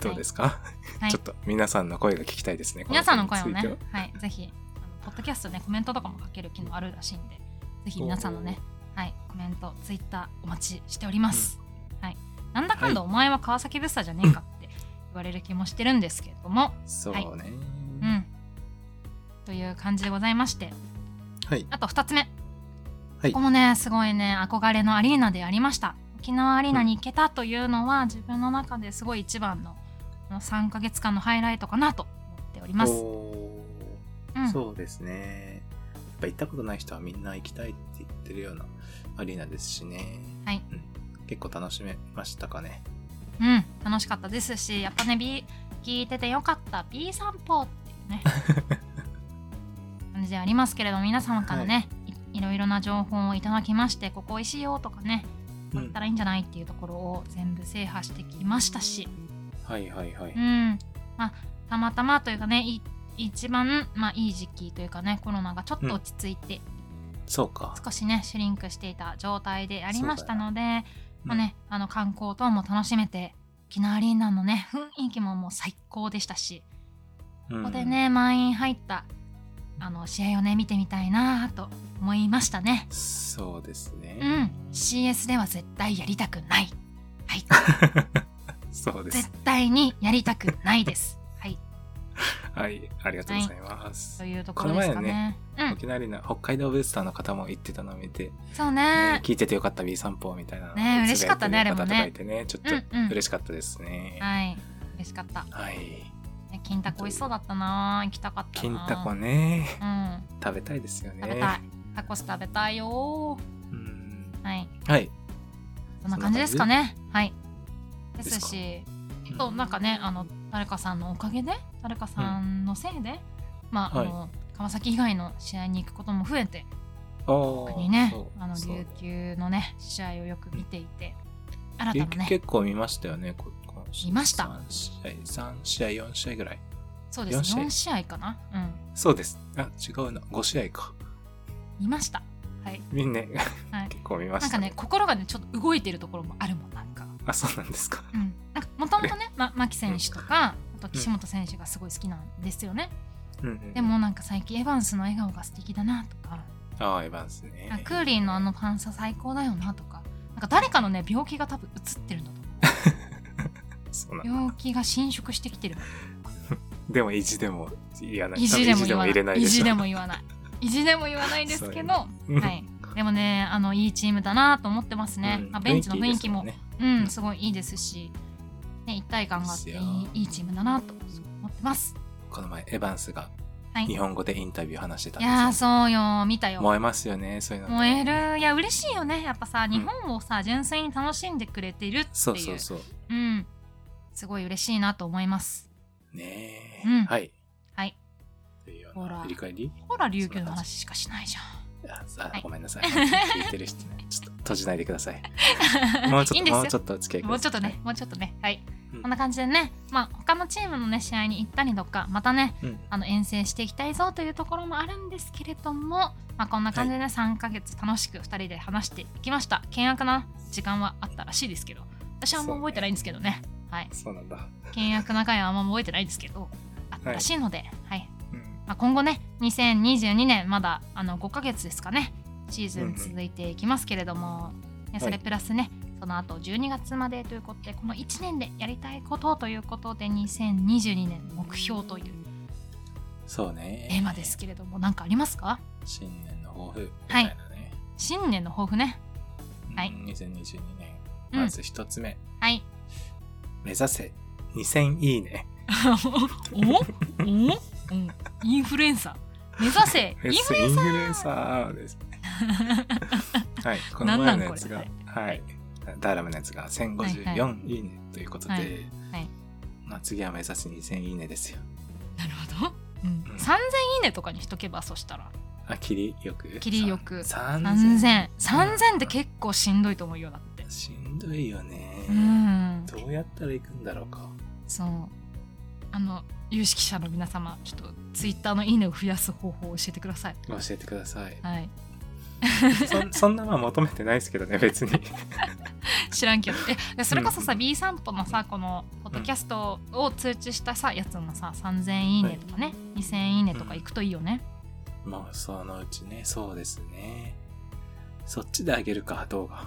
S1: どうですか、
S2: はい
S1: ちょっと皆さんの声が聞きたいですね
S2: 皆さんの声を
S1: こ
S2: ね
S1: の、
S2: はい、ぜひあのポッドキャストねコメントとかも書ける機能あるらしいんでぜひ皆さんのね、はい、コメントツイッターお待ちしております、はい、なんだかんだお前は川崎ブッサじゃねえかって言われる気もしてるんですけれども、
S1: そうね、
S2: うん、という感じでございまして
S1: はい
S2: あと2つ目、
S1: はい
S2: ここもねすごいね憧れのアリーナでありました沖縄アリーナに行けたというのは、自分の中ですごい一番のこの3ヶ月間のハイライトかなと思っております、
S1: おー
S2: うん、
S1: そうですね。やっぱ行ったことない人はみんな行きたいって言ってるようなアリーナですしね。
S2: はい
S1: うん結構楽しめましたかね。
S2: うん、楽しかったですしやっぱね、B、聞いててよかった B 散歩っていうね感じでありますけれども皆様からね、い、いろいろな情報をいただきましてここおいしいよとかねこういったらいいんじゃないっていうところを全部制覇してきましたし、。
S1: はいはいはいう
S2: んまあ、たまたまというかねい一番、まあ、いい時期というかねコロナがちょっと落ち着いて、
S1: そうか。
S2: 少しねシュリンクしていた状態でありましたので、
S1: うん
S2: まあねあの観光等も楽しめて沖縄アリーナのね雰囲気ももう最高でしたし、
S1: うん
S2: ここで。ね満員入ったあの試合をね見てみたいなと思いましたね。
S1: そうです
S2: う
S1: ね。
S2: ん CS では絶対やりたくない。はい、
S1: *laughs* そうです
S2: 絶。対にやりたくないです。はい、
S1: はい。ありがとうございます
S2: と。いうところですかね。
S1: 沖縄アリーナ、北海道ブースターの方も言ってたのを見て、
S2: うん、そう
S1: ね
S2: ね。
S1: 聞いててよかった B 散歩みたいな。
S2: ね嬉しかったね
S1: つぶやいてる方とかいて
S2: あれもね
S1: ね、ちょっ
S2: うんうん
S1: と嬉しかったですね。
S2: はい、嬉しかった。
S1: はい。
S2: ね金タコ美味しそうだったな。行きたかったな。
S1: 金タコね、
S2: うん、
S1: 食べたいですよね。
S2: 食べたい。タコス食べたいよ
S1: うん
S2: ー。はい。
S1: はい。
S2: そんな感じですかね。はい。ですし、
S1: すか
S2: そううんなんかね、あの誰かさんのおかげで、誰かさんのせいで、まあ、
S1: はい
S2: あの川崎以外の試合に行くことも増えて、
S1: おー
S2: 特にね
S1: そう、
S2: あの
S1: そう
S2: 琉球のね試合をよく見ていて、新
S1: 琉
S2: た
S1: 球
S2: なね、
S1: 結構見ましたよね。ここ
S2: 見ました
S1: 3試合、3試合、4試合ぐらい。
S2: そうです
S1: 四試合
S2: 4試合かな、う
S1: そうです。あ、違うな。5試合か。
S2: ん、見ました。はい。
S1: みんな、
S2: はい
S1: 結構見ま
S2: な
S1: し
S2: んか
S1: た、
S2: ね心がねちょっと動いてるところもあるもんなんか。
S1: あ、そうなんですか。
S2: うん、なんかもともとね、ま、牧選手とか、あと岸本選手がすごい好きなんですよね。
S1: うんうん
S2: で。もなんか最近エヴァンスの笑顔が素敵だなとか、
S1: あー、エヴァンスね。
S2: あクーリーのあのパンサー最高だよなとか、なんか誰かのね病気が多分移ってるんだと思
S1: そうなん
S2: う。病気が侵食してきてる。
S1: でも、意地でも言わない。
S2: 意地で
S1: 多
S2: も
S1: 分
S2: 言わ
S1: 入れな
S2: ないい。意
S1: しょ
S2: 地でも言わない。意地でも言わないですけど、は
S1: うん
S2: い。でもね、あのいいチームだなと思ってますね。
S1: うん
S2: まあ、ベンチの雰囲気も、
S1: ですね
S2: うん、すごいいいですし、ね、一体感があってい
S1: ですよ
S2: いいいチームだなと思ってます。
S1: この前、エヴァンスが
S2: はい。
S1: 日本語でインタビュー話してた
S2: いや
S1: ん
S2: ー
S1: ですよ。
S2: そうよ見たよ
S1: 燃えますよね、そういうの。
S2: 燃え。るいや嬉しいよねやっぱさ日本をさ、純粋に楽しんでくれてるっていう
S1: そうそうそう。
S2: うんすごい嬉しいなと思います
S1: ね
S2: うん
S1: え。はい。
S2: はい
S1: というよう
S2: ほ
S1: な
S2: ら
S1: 振り返り
S2: ほら琉球の話しかしないじゃ
S1: あさ
S2: はい
S1: ごめんなさい。聞いてる人
S2: *laughs*
S1: ね、ちょっと閉じないでください。もうち
S2: いい
S1: ょ
S2: ん
S1: っ
S2: で
S1: と、もうち
S2: すよ
S1: ょっとお付き合い
S2: ん
S1: く
S2: もう
S1: だ
S2: ちょ
S1: さい。
S2: っとねもうちょっとねはい、
S1: うん
S2: こんな感じでねまあ他のチームのね試合に行ったりとかまたね
S1: はい。うん
S2: あの遠征していきたいぞというところもあるんですけれども、まあ、こんな感じでね、3ヶ月楽しく2人で話していきました険悪な時間はあったらしいですけど私はあんま覚えてないんですけどねはい
S1: そうなんだ。
S2: 契約な回はあんま覚えてないですけどあったらしいので、はい
S1: うん
S2: まあ、今後ね2022年まだあの5ヶ月ですかねシーズン続いていきますけれども、ね、それプラスね、その後12月までということでこの1年でやりたいことということで2022年目標という
S1: そうね。
S2: テーマです。けれども何かありますか
S1: 新年の抱負みたいなね。
S2: 新年の抱負ねはい
S1: うん2022年、
S2: うん
S1: まず一つ目、
S2: はい
S1: 目指せ2000いいね。
S2: *laughs* おおお、うん、インフルエンサ *laughs* ー目指せインフルエン
S1: イン
S2: サー
S1: フルエンサーですね。
S2: *laughs*
S1: はい、この
S2: な
S1: 前
S2: ん
S1: のや
S2: なんこれ
S1: つが、
S2: は
S1: はいい、ダーラムのやつが
S2: はいは
S1: 1054いいねということで、
S2: はいはい
S1: まあ、次は目指す2000いいねですよ。
S2: なるほど、うん、
S1: うん
S2: 3000いいねとかにしとけばそしたら
S1: あ、切りよく。
S2: 切りよく
S1: さん3000。
S2: 3000 3000って結構しんどいと思うよだって
S1: しんどいよね、
S2: うん
S1: どうやったら行くんだろうか。
S2: そうあの有識者の皆様ちょっとツイッターのいいねを増やす方法を教えてください
S1: 教えてください。
S2: はい
S1: そ
S2: *laughs*
S1: んそんなまあ求めてないですけどね、別に。
S2: 知らんけどえでそれこそさ、
S1: うん
S2: B 散歩のさこのポッドキャストを通知したさやつもさ3000いいねとかね、2000いいねとかいくといいよね、
S1: まあ、そのうちね、そうですね。そっちであげるか、動画。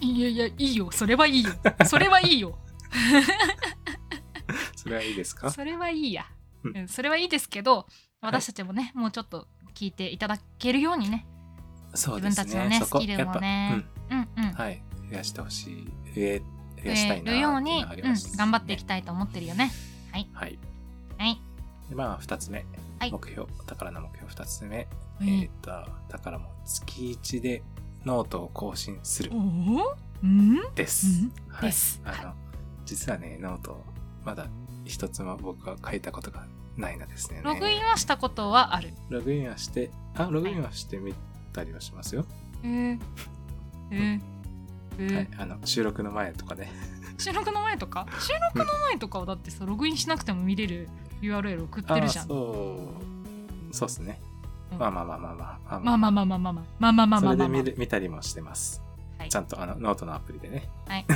S2: いやいやいいよそれはいいよそれはいいよ
S1: それはいいです *laughs* か
S2: それはいいや、
S1: うん
S2: うん、それはいいですけど
S1: い
S2: 私たちもね、もうちょっと聞いていただけるようにね
S1: そうですね。
S2: 自分たちのね
S1: そこ
S2: スキルもね
S1: やっぱ
S2: うんうん
S1: うん、はい。増やしてほしい。増え、増やしたいなって
S2: る
S1: い
S2: よう
S1: の
S2: に、
S1: があり
S2: うん
S1: ましたね
S2: 頑張っていきたいと思ってるよね。
S1: はい。
S2: はい。
S1: でまあ、二つ目。
S2: はい
S1: 目標、宝の目標二つ目。
S2: うん
S1: えっと、宝も月一でノートを更新する
S2: おお、うん、
S1: です。
S2: ん
S1: は
S2: で
S1: い。
S2: す。
S1: あの、実はね、ノートを、まだ一つも僕は書いたことがないのですね。
S2: ログインはしたことはある。
S1: ログインはして、あ、ログインはしてみたりはしますよ。
S2: えー、えー、えー
S1: はい、あの収録の前とかね
S2: 収録の前とか収録の前とかはだってさログインしなくても見れる URL 送ってるじゃ
S1: あー
S2: ん
S1: そうそうっすね、
S2: うん
S1: まあまあまあまあまあ
S2: まあまあまあまあまあまあまあまあまあまあ
S1: それ
S2: まあ
S1: で
S2: ま
S1: 見
S2: あ
S1: る見たりもしてます、
S2: はい
S1: ちゃんとあのノートのアプリでね
S2: はい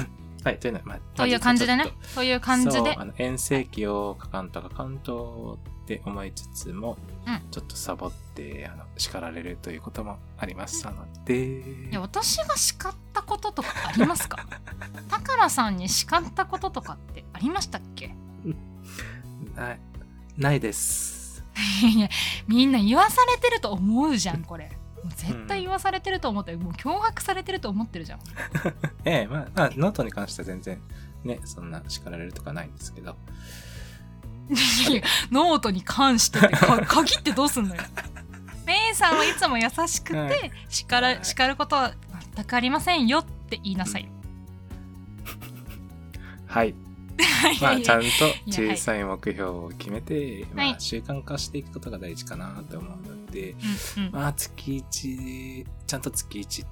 S1: はいというのはまあ
S2: という感じでねという感じ
S1: そう
S2: で
S1: あの遠征期を書かんとか関東って思いつつも、
S2: うん
S1: ちょっとサボってあの叱られるということもありましたので、
S2: いや私が叱ったこととかありま
S1: *laughs*
S2: すか宝さんに叱ったこととかってありましたっけ *laughs*
S1: ないないです
S2: いやみんな言わされてると思うじゃんこれもう絶対言わされてると思ってもう脅迫されてると思ってるじゃん
S1: ええまあまあノートに関しては全然ねそんな叱られるとかないんですけど
S2: いやノートに関してってか *laughs* 限ってどうすんのよ。メイさんはいつも優しくて、
S1: はい
S2: 叱ら叱ることは全くありませんよって言いなさいよ。
S1: はい
S2: い
S1: ま
S2: や
S1: あ
S2: い
S1: ちゃ
S2: や
S1: んと小さい目標を決めて、
S2: はい
S1: まあ、習慣化していくことが大事かなと思うので、
S2: うんうん
S1: まあ、月1、ちゃんと月1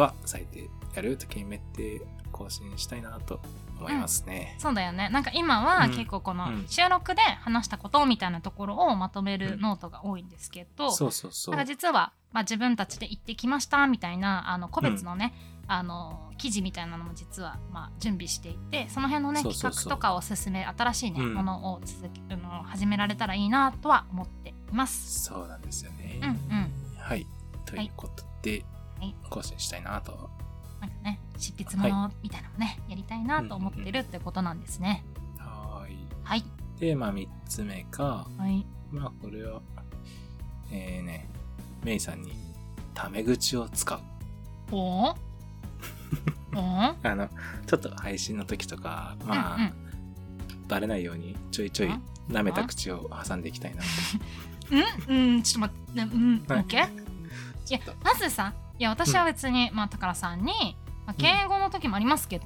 S1: は最低やると決めて更新したいなと思いますね。
S2: そうだよねなんか今は結構この
S1: うんうん
S2: 収録で話したことみたいなところをまとめ
S1: う
S2: る
S1: ん
S2: ノートが多いんですけど、
S1: そうそうそう
S2: なんか。実は、まあ、自分たちで行ってきましたみたいなあの個別のね、あの記事みたいなのも実は、まあ、準備していてその辺のね
S1: そうそうそう
S2: 企画とかを進め新しい、ね
S1: うん
S2: ものを続けあの始められたらいいなとは思っています。
S1: そうなんですよね。
S2: うんうん
S1: はい。ということで、
S2: はい
S1: 更新したいなと。
S2: なんかね執筆ものみたいなのね、やりたいなと思ってるってことなんですね。
S1: はーい。
S2: はい、
S1: で、まあ、3つ目が、
S2: はい、
S1: まあ、これは、えーね、メイさんに、タメ口を使う。
S2: おーおー
S1: あの、ちょっと配信の時とか、まあ、
S2: うんうん
S1: バレないように、ちょいちょい
S2: うん
S1: 舐めた口を挟んでいきたいな。
S2: うん、うん、ちょっと待って、ねうん、
S1: はい
S2: OK? いや
S1: ちょっ、
S2: まずさ、いや、私は別に、まあ、宝さんに、まあ、敬語の時もありますけど、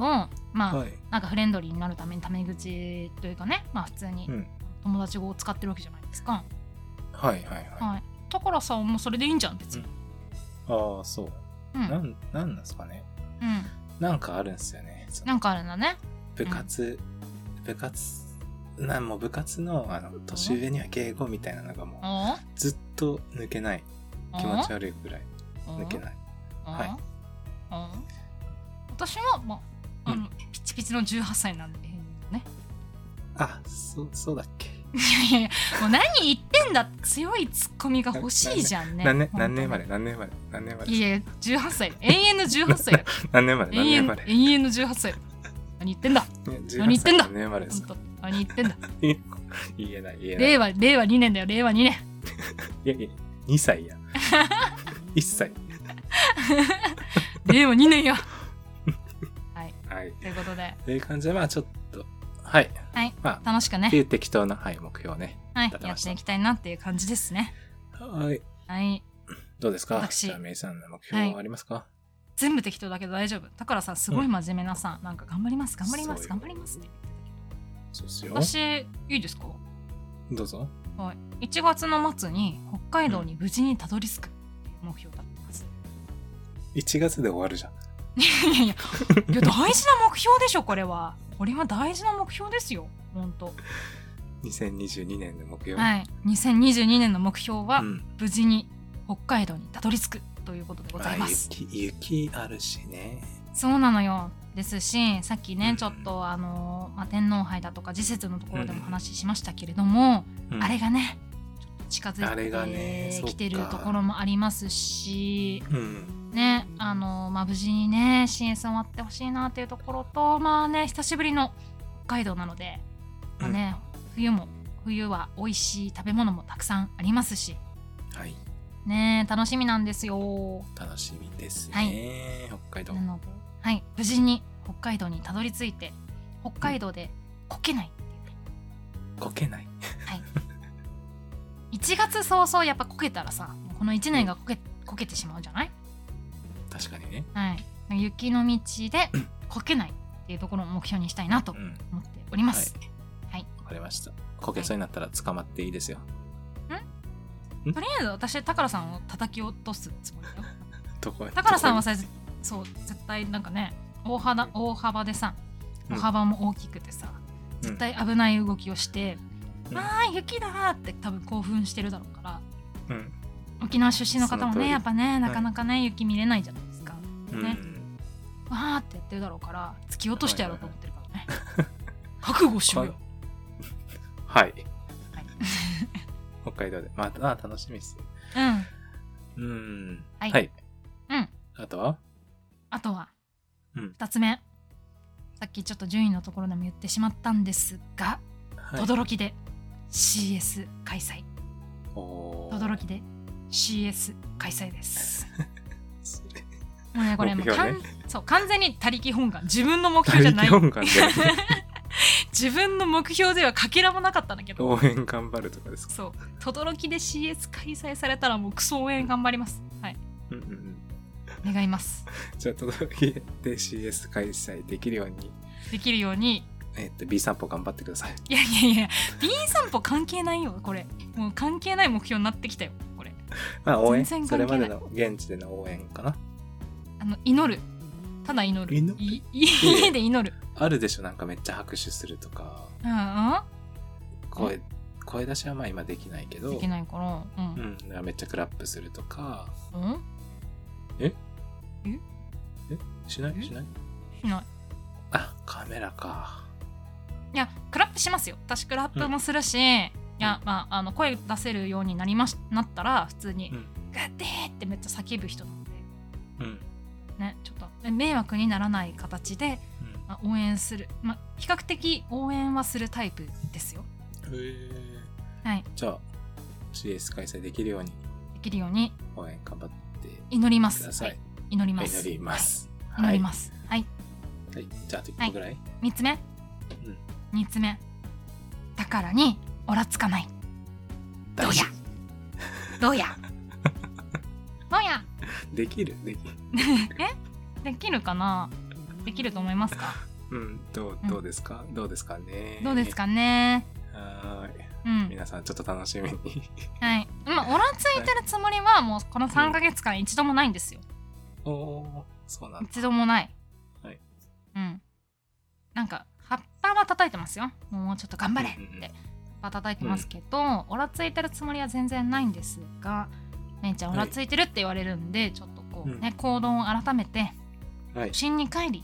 S2: まあ、
S1: はい。
S2: なんかフレンドリーになるためにタメ口というかね、まあ、普通に
S1: うん。
S2: 友達語を使ってるわけじゃないですか。
S1: はいはいはい。
S2: はい。宝さんもそれでいいんじゃん、別に。
S1: ああ、そう。
S2: うん。う。
S1: なんん、なんなんですかね。なんかあるんですよね。その
S2: なんかあるんだね。
S1: 部活、部活、なんもう部活の、あの、年上には敬語みたいなのがもう、
S2: おー
S1: ずっと抜けない。
S2: おー
S1: 気持ち悪いぐらい
S2: おー
S1: 抜けない。
S2: おー
S1: はい
S2: おー私は、まあ、あの、
S1: う
S2: ピチピチの18歳なんで、ね。
S1: あ、そう、そうだっけ。
S2: いやいやもう何言ってんだ強いツッコミが欲しいじゃんね。
S1: 何年、
S2: 本当
S1: 何
S2: に
S1: 年まで何年まで何年まで
S2: いやいや、18歳。永遠の18歳だ。
S1: 何年まで *laughs*
S2: 永
S1: 何年
S2: 遠
S1: ま
S2: 永
S1: で
S2: 遠の18歳だ。何言ってんだ
S1: ね18
S2: 何言ってんだ
S1: 歳何年までです
S2: 本
S1: か
S2: 当何言ってんだ
S1: 言えない言えない。
S2: 令和、令和2年だよ、令和2年。
S1: いやいや、2歳
S2: *laughs*
S1: や。1歳。
S2: 令和2年よ。
S1: *laughs* はい。
S2: ということで、
S1: という感じで、まあちょっと、はい。
S2: はい
S1: まあ、
S2: 楽しくね
S1: って、いう適当な、はい、目標ね。
S2: はい
S1: 立、て
S2: や
S1: ま
S2: っ
S1: した
S2: ていきたいなっていう感じですね。
S1: はい。
S2: はい。
S1: どうですか
S2: 私
S1: じゃあ、メイさんの目標はありますか、
S2: 全部適当だけど大丈夫。だからさん、すごい真面目なさ、なんか頑張ります、頑張りま
S1: そう
S2: す、
S1: よ
S2: 頑張りますって。
S1: そうっすよ。
S2: 私、いいですか
S1: どうぞ。
S2: はい。1月の末に北海道に無事にたどり着くっていう目標だったんです。
S1: 1月で終わるじゃん。
S2: いやいやいや大事な目標でしょこれはこれは大事な目標ですよ本当
S1: 2022年の目標。
S2: はい2022年の目標は
S1: うん。
S2: 無事に北海道にたどり着くということでございます、
S1: あ、雪、雪あるしね。
S2: そうなのよですしさっきね、
S1: うん
S2: ちょっとあの、まあ、天皇杯だとか時節のところでも話しましたけれども、
S1: うん
S2: あれがねちょっと近
S1: あれがね
S2: づいて
S1: そっか
S2: きてるところもありますし
S1: うん。
S2: ねあのまあ、無事にね CS 終わってほしいなっていうところとまあね久しぶりの北海道なので、まあね冬も冬は美味しい食べ物もたくさんありますし
S1: はい。
S2: ね楽しみなんですよ
S1: 楽しみですね。
S2: は
S1: 北海道
S2: な。ので、はい、無事に北海道にたどり着いて北海道でこけない、
S1: こけない。
S2: 1月早々やっぱこけたらさこの1年がこけこけてしまうじゃない、
S1: 確かにね。
S2: はい、雪の道でこけないっていうところを目標にしたいなと
S1: うん。
S2: 思っております。
S1: は
S2: はいい。
S1: わかりました。こけそうになったら捕まっていいですよ。
S2: とりあえず私宝さんを叩き落とすつもりだよ
S1: どこへ
S2: 宝さんは
S1: どこ
S2: さそう絶対なんかね大幅大幅でさ
S1: う
S2: 歩
S1: ん
S2: 幅も大きくてさ、絶対危ない動きをして「
S1: うん
S2: あー雪だ!」って多分興奮してるだろうから
S1: うん
S2: 沖縄出身の方も
S1: その通
S2: ね
S1: り
S2: やっぱねなかなかね、雪見れないじゃないですか。
S1: うん
S2: ねわーってやってるだろうから突き落としてやろうと思ってるからね。 *laughs* 覚悟しようよ。
S1: *laughs* はい
S2: はい
S1: 北海道でまた楽しみっす
S2: うん。
S1: うん
S2: はいうん
S1: あとは
S2: あとは
S1: うん
S2: 2つ目。さっきちょっと順位のところでも言ってしまったんですが、
S1: はい
S2: 轟きで CS 開催。
S1: おー
S2: 轟きで CS 開
S1: *laughs*
S2: 催です。もうねこれもう
S1: 目標
S2: 完
S1: ね
S2: そう完全に他力本願自分の目標じゃ
S1: 大
S2: ない
S1: 気温感で
S2: 自分の目標ではかけらもなかったんだけど
S1: 応援頑張るとかですか
S2: そう轟で CS 開催されたらもうクソ応援頑張りますはい
S1: うんうんうん
S2: 願います
S1: じゃあ届けて CS 開催できるように
S2: できるように
S1: えっと B 散歩頑張ってく
S2: *laughs*
S1: ださい
S2: いやいやいや B 散歩関係ないよこれもう関係ない目標になってきたよこれ
S1: まあ応援
S2: 全然
S1: そ
S2: 関
S1: れ
S2: 係な
S1: ま
S2: い
S1: での現地での応援かな
S2: あの祈るただ祈る
S1: 祈る
S2: い家で祈る
S1: あるでしょなんかめっちゃ拍手するとか
S2: うん
S1: 声声出しはまあ今できないけ
S2: うん
S1: ど
S2: できないからう
S1: うんん、だからめっちゃクラップするとか
S2: うん
S1: しないしな
S2: え
S1: い
S2: しない
S1: あカメラか
S2: いやクラップしますよ私クラップもするし、いやまああの声出せるようになりましなったら普通に
S1: うん
S2: 「グッデー!」ってめっちゃ叫ぶ人なので
S1: うん
S2: ねちょっとえ迷惑にならない形で、
S1: うん
S2: まあ、応援する、まあ、比較的応援はするタイプですよ
S1: へえ
S2: はい
S1: じゃあ CS 開催できるように
S2: できるように
S1: 応援頑張って
S2: 祈りま
S1: く
S2: す
S1: ださい、
S2: はい、祈ります
S1: 祈ります、
S2: はい祈りますは
S1: は
S2: い、
S1: い、はいじゃああと1個ぐらい、
S2: 3つ目、
S1: うん
S2: 二3つ目だからにオラつかないどう
S1: 大
S2: や
S1: 丈
S2: ど
S1: *laughs*
S2: うやどうや
S1: 夫できるできる
S2: できるかなできると思いますか
S1: うんどう
S2: うん
S1: どうですか、どうですかね
S2: どうですかね
S1: はーい
S2: うん
S1: 皆さんちょっと楽しみに
S2: はいまあオラついてるつもりはもうこの3ヶ月間一度もないんですよ
S1: おおそうなんだ
S2: 一度もない
S1: はい
S2: うんなんか葉っぱは叩いてますよもうちょっと頑張れって
S1: うんうんうん
S2: 葉っぱ叩いてますけど、オラついてるつもりは全然ないんですが姉ちゃんオラついてるって言われるんで、ちょっとこうね、
S1: うん
S2: 行動を改めて
S1: はい
S2: 初心に帰り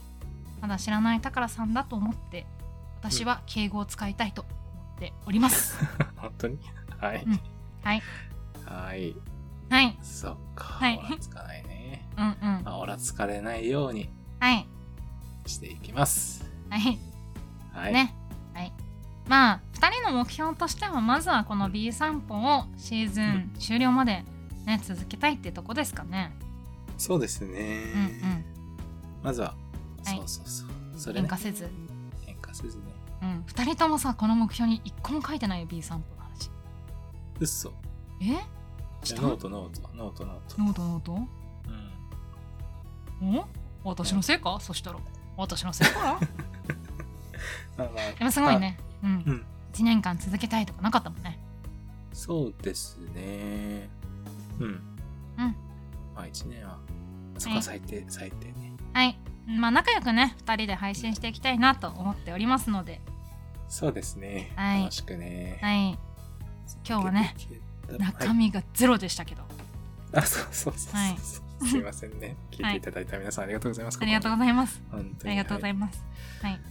S2: まだ知らない宝さんだと思って私は敬語を使いたいと思っており
S1: *laughs*
S2: ます、
S1: 本当にはい、
S2: うんはい
S1: はい
S2: はい
S1: そっか、
S2: はい
S1: オラつかないね
S2: うんうん
S1: まあオラつかれないように
S2: はい
S1: していきます
S2: はい
S1: はい、
S2: ねはいまあ2人の目標としてはまずはこの B 散歩をシーズン終了までね続けたいってとこですかね
S1: そうですね、
S2: うんうん
S1: まずは、
S2: はい
S1: そうそうそうそれ
S2: 変
S1: ね
S2: 化せず、
S1: 変化せずね
S2: うん、2人ともさこの目標に1個も書いてないよ B 散歩の話
S1: うっそ
S2: え
S1: じ
S2: し
S1: ゃあ
S2: た
S1: ノー
S2: ノ
S1: トノートノートノート
S2: ートノート
S1: うん
S2: お私のせいかそしたら私のせい
S1: *laughs*
S2: かな
S1: まあまあ
S2: でもすごいね、うん
S1: うん
S2: 1年間続けたいとかなかったもんね
S1: そうですねうんまあ1年はそこは最低、最低ね
S2: はいまあ仲良くね2人で配信していきたいなと思っておりますので
S1: そうですね、
S2: はい
S1: 楽しくね、
S2: はい今日はね
S1: 続けていけたら
S2: 中身がゼロでしたけど、
S1: あ、そうそうそうそう、
S2: はい
S1: すいません
S2: *laughs*
S1: ね。聞いていただいた皆さんありがとうございます。
S2: ありがとうご
S1: ご
S2: ざいます
S1: ざいます。
S2: ありがとうござ
S1: はい
S2: ます、
S1: す。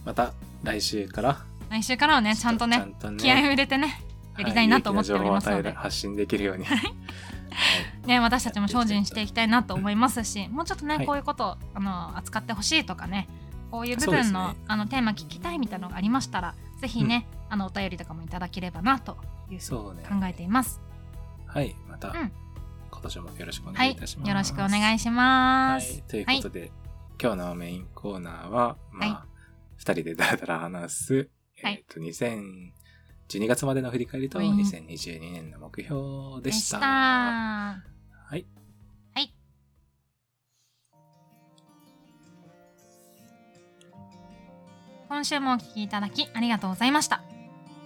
S1: また来週から、
S2: 来週からはねちゃんとね
S1: ちゃん
S2: 気合を入れてねやりたいなと思っておりますの
S1: はい有益
S2: で
S1: な情報を与える発信できるように。
S2: ね私たちも精進していきたいなと思いますしもうちょっとね、
S1: はい
S2: こういうことをあの扱ってほしいとかねこういう部
S1: そうです
S2: 分の,、
S1: ね
S2: あのテーマ聞きたいみたいなのがありましたらぜひね、あのお便りとかもいただければなというふうに
S1: そうね。
S2: 考えています。
S1: はい、また、
S2: うん
S1: 今年もよろしくお
S2: は
S1: 願い
S2: い、
S1: いたします。
S2: よろしくお願いします。
S1: はい、ということで、今日のメインコーナーは、まあ、
S2: は
S1: 2人でだらだら話す、
S2: はい
S1: えっ、と、2000、12月までの振り返りと
S2: ウィーン
S1: 2022年の目標でした。
S2: は
S1: はい。
S2: い、今週もお聞きいただきありがとうございました。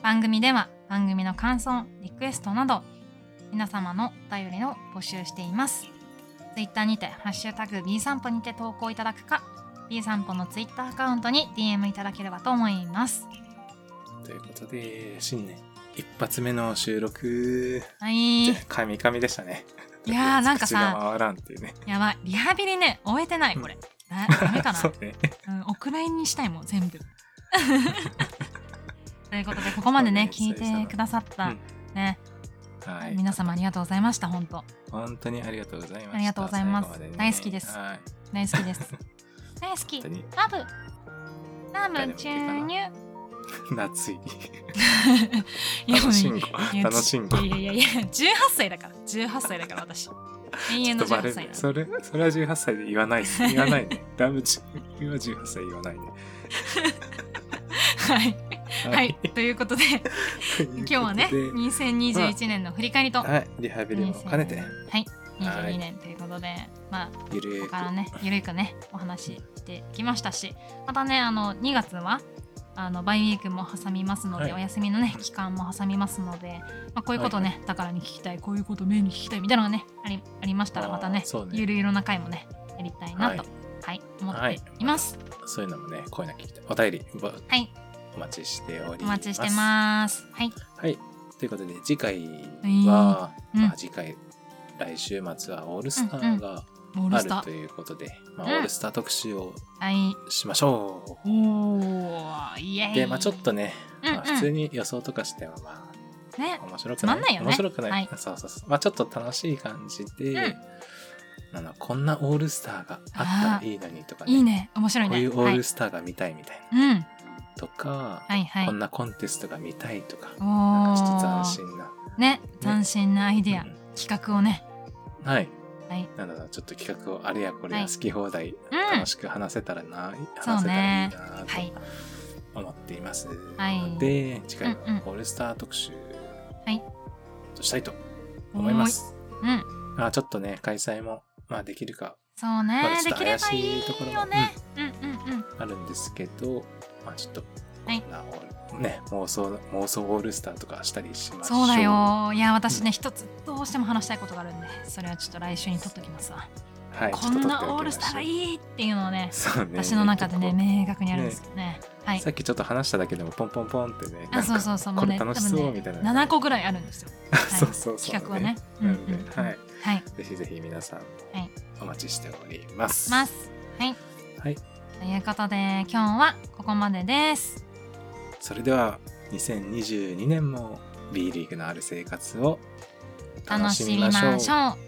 S2: 番組では番組の感想、リクエストなど皆様のお便りを募集しています。ツイッターにてハッシュタグ B 散歩にて投稿いただくか、 B 散歩のツイッターアカウントに DM いただければと思います
S1: ということで、新年一発目の収録、
S2: はい
S1: 神々でしたね。
S2: いやーなんかさ
S1: 口が回らんっていうね。
S2: やばいリハビリね終えてないこれだダメか *laughs* な
S1: *laughs* そうね。
S2: うん、お蔵入りにしたいも
S1: *laughs*
S2: ん全部ということでここまでね
S1: そう
S2: 聞
S1: ね
S2: いてくださった、
S1: うん
S2: ね、
S1: はい。
S2: 皆様ありがとうございました本当
S1: 本当にありがとうございました。
S2: ありがとうございます
S1: 最後まね
S2: 大好きです
S1: はい。
S2: 大好きです
S1: *laughs*
S2: 大好き
S1: 本当に
S2: ラブラム注入い
S1: 夏い。
S2: や
S1: 楽
S2: もう *laughs*
S1: しんご。
S2: いや
S1: 楽しんご。
S2: いやいやいや18歳だから18歳だから
S1: *laughs*
S2: 私永遠の
S1: ちょっとバレ
S2: 18
S1: る
S2: 歳
S1: ね
S2: だ
S1: それそれは18歳で言わないです言わないねラムチ君は18歳言わないね
S2: はい、はい、ということで
S1: *laughs* ということで
S2: 今日はね2021年の振り返りと、
S1: はいリハビリも兼ねて
S2: はい22年ということで、まあ
S1: ゆる
S2: ここ
S1: ーく
S2: からねゆるくねお話ししてきましたしまたねあの2月はあのバイウィークも挟みますので、
S1: はい
S2: お休みのね
S1: うん
S2: 期間も挟みますので、まあ、こういうことね、だからに聞きたいこういうこと目に聞きたいみたいなのがねありありましたら
S1: あー
S2: またね
S1: そうね
S2: ゆるゆるな回もねやりたいなと、は
S1: はいい
S2: 思っています。
S1: そういうのもねこういうの聞きたいお便りば
S2: はい、
S1: お待ちしており
S2: お
S1: ます
S2: 待ちしてます。はい、
S1: はいということで次回は、
S2: うん
S1: まあ、次回来週末はオールスターが
S2: モール
S1: あ
S2: スタ
S1: ると
S2: ー。
S1: いうことで、まあ、
S2: うん
S1: オールスター特集を
S2: はい、
S1: しましょう、
S2: おー、イエーイ。
S1: でまあちょっとね、
S2: うんうん
S1: まあ、普通に予想とかしてはまあ
S2: ね、
S1: 面白く
S2: つまんないよね
S1: 面白くない、
S2: はい
S1: そうそうそうまあちょっと楽しい感じで、
S2: ん
S1: あのこんなオールスターがあったらいいのにとかね
S2: いいね、面白い
S1: こ
S2: ね。
S1: ういうオ
S2: は
S1: ー
S2: い
S1: ル、スターが見たいみたいな、
S2: うん、
S1: とか、
S2: はいはい
S1: こん。なコンテストが見たいとか、
S2: お
S1: なんかちょっと
S2: ー
S1: 斬新な、
S2: ね、斬新なアイディア、
S1: うん
S2: 企画をね、
S1: はい
S2: はい、
S1: なんだろうちょっと企画をあれやこれや
S2: はい
S1: 好き放題、
S2: うん
S1: 楽しく話せたらな、
S2: そ
S1: 話
S2: う
S1: せたらいい
S2: ね
S1: な
S2: は
S1: と
S2: い、
S1: 思っています、
S2: はい
S1: ので次回は
S2: うんうん
S1: オールスター特集
S2: い
S1: としたいと思います、
S2: うん、
S1: まあ、ちょっとね、開催も、まあ、できるか
S2: そう
S1: まあ
S2: ね、
S1: ち
S2: で
S1: ょっ
S2: き
S1: と
S2: れ
S1: 怪
S2: ばい
S1: し
S2: い
S1: いところも
S2: よね。うんうんうん、
S1: あるんですけど、まあ、ちょっと、
S2: はい
S1: まあおね、妄想、妄想オールスターとかしたりしましょう。
S2: そうだ。よ。いや、私ね、一つどうしても話したいことがあるんで、それはちょっと来週に取っときますわ。
S1: はい、
S2: こんなオールスターが
S1: い。
S2: いいっていうのをね、
S1: そうね。
S2: 私の中でね、
S1: 結
S2: 明確にあるんですけどね。は
S1: 構
S2: い
S1: さ。っきちょっと話しただけでも、ポンポンポンってね、
S2: あ、そうそうそう、も
S1: こ
S2: う
S1: れ
S2: ね、
S1: 楽し
S2: 多
S1: そう
S2: 分ね
S1: みたいな。
S2: 7個ぐらいある
S1: *laughs*
S2: んですよ。はい
S1: そうそうそう。
S2: 企画はね。
S1: なので、はい。
S2: はい。
S1: ぜひぜひ皆さん、
S2: はい
S1: お待ちしております。
S2: ます。はい。
S1: はい。
S2: ということで、今日はここまでです。
S1: それでは、2022年も B リーグのある生活を
S2: 楽しみましょう。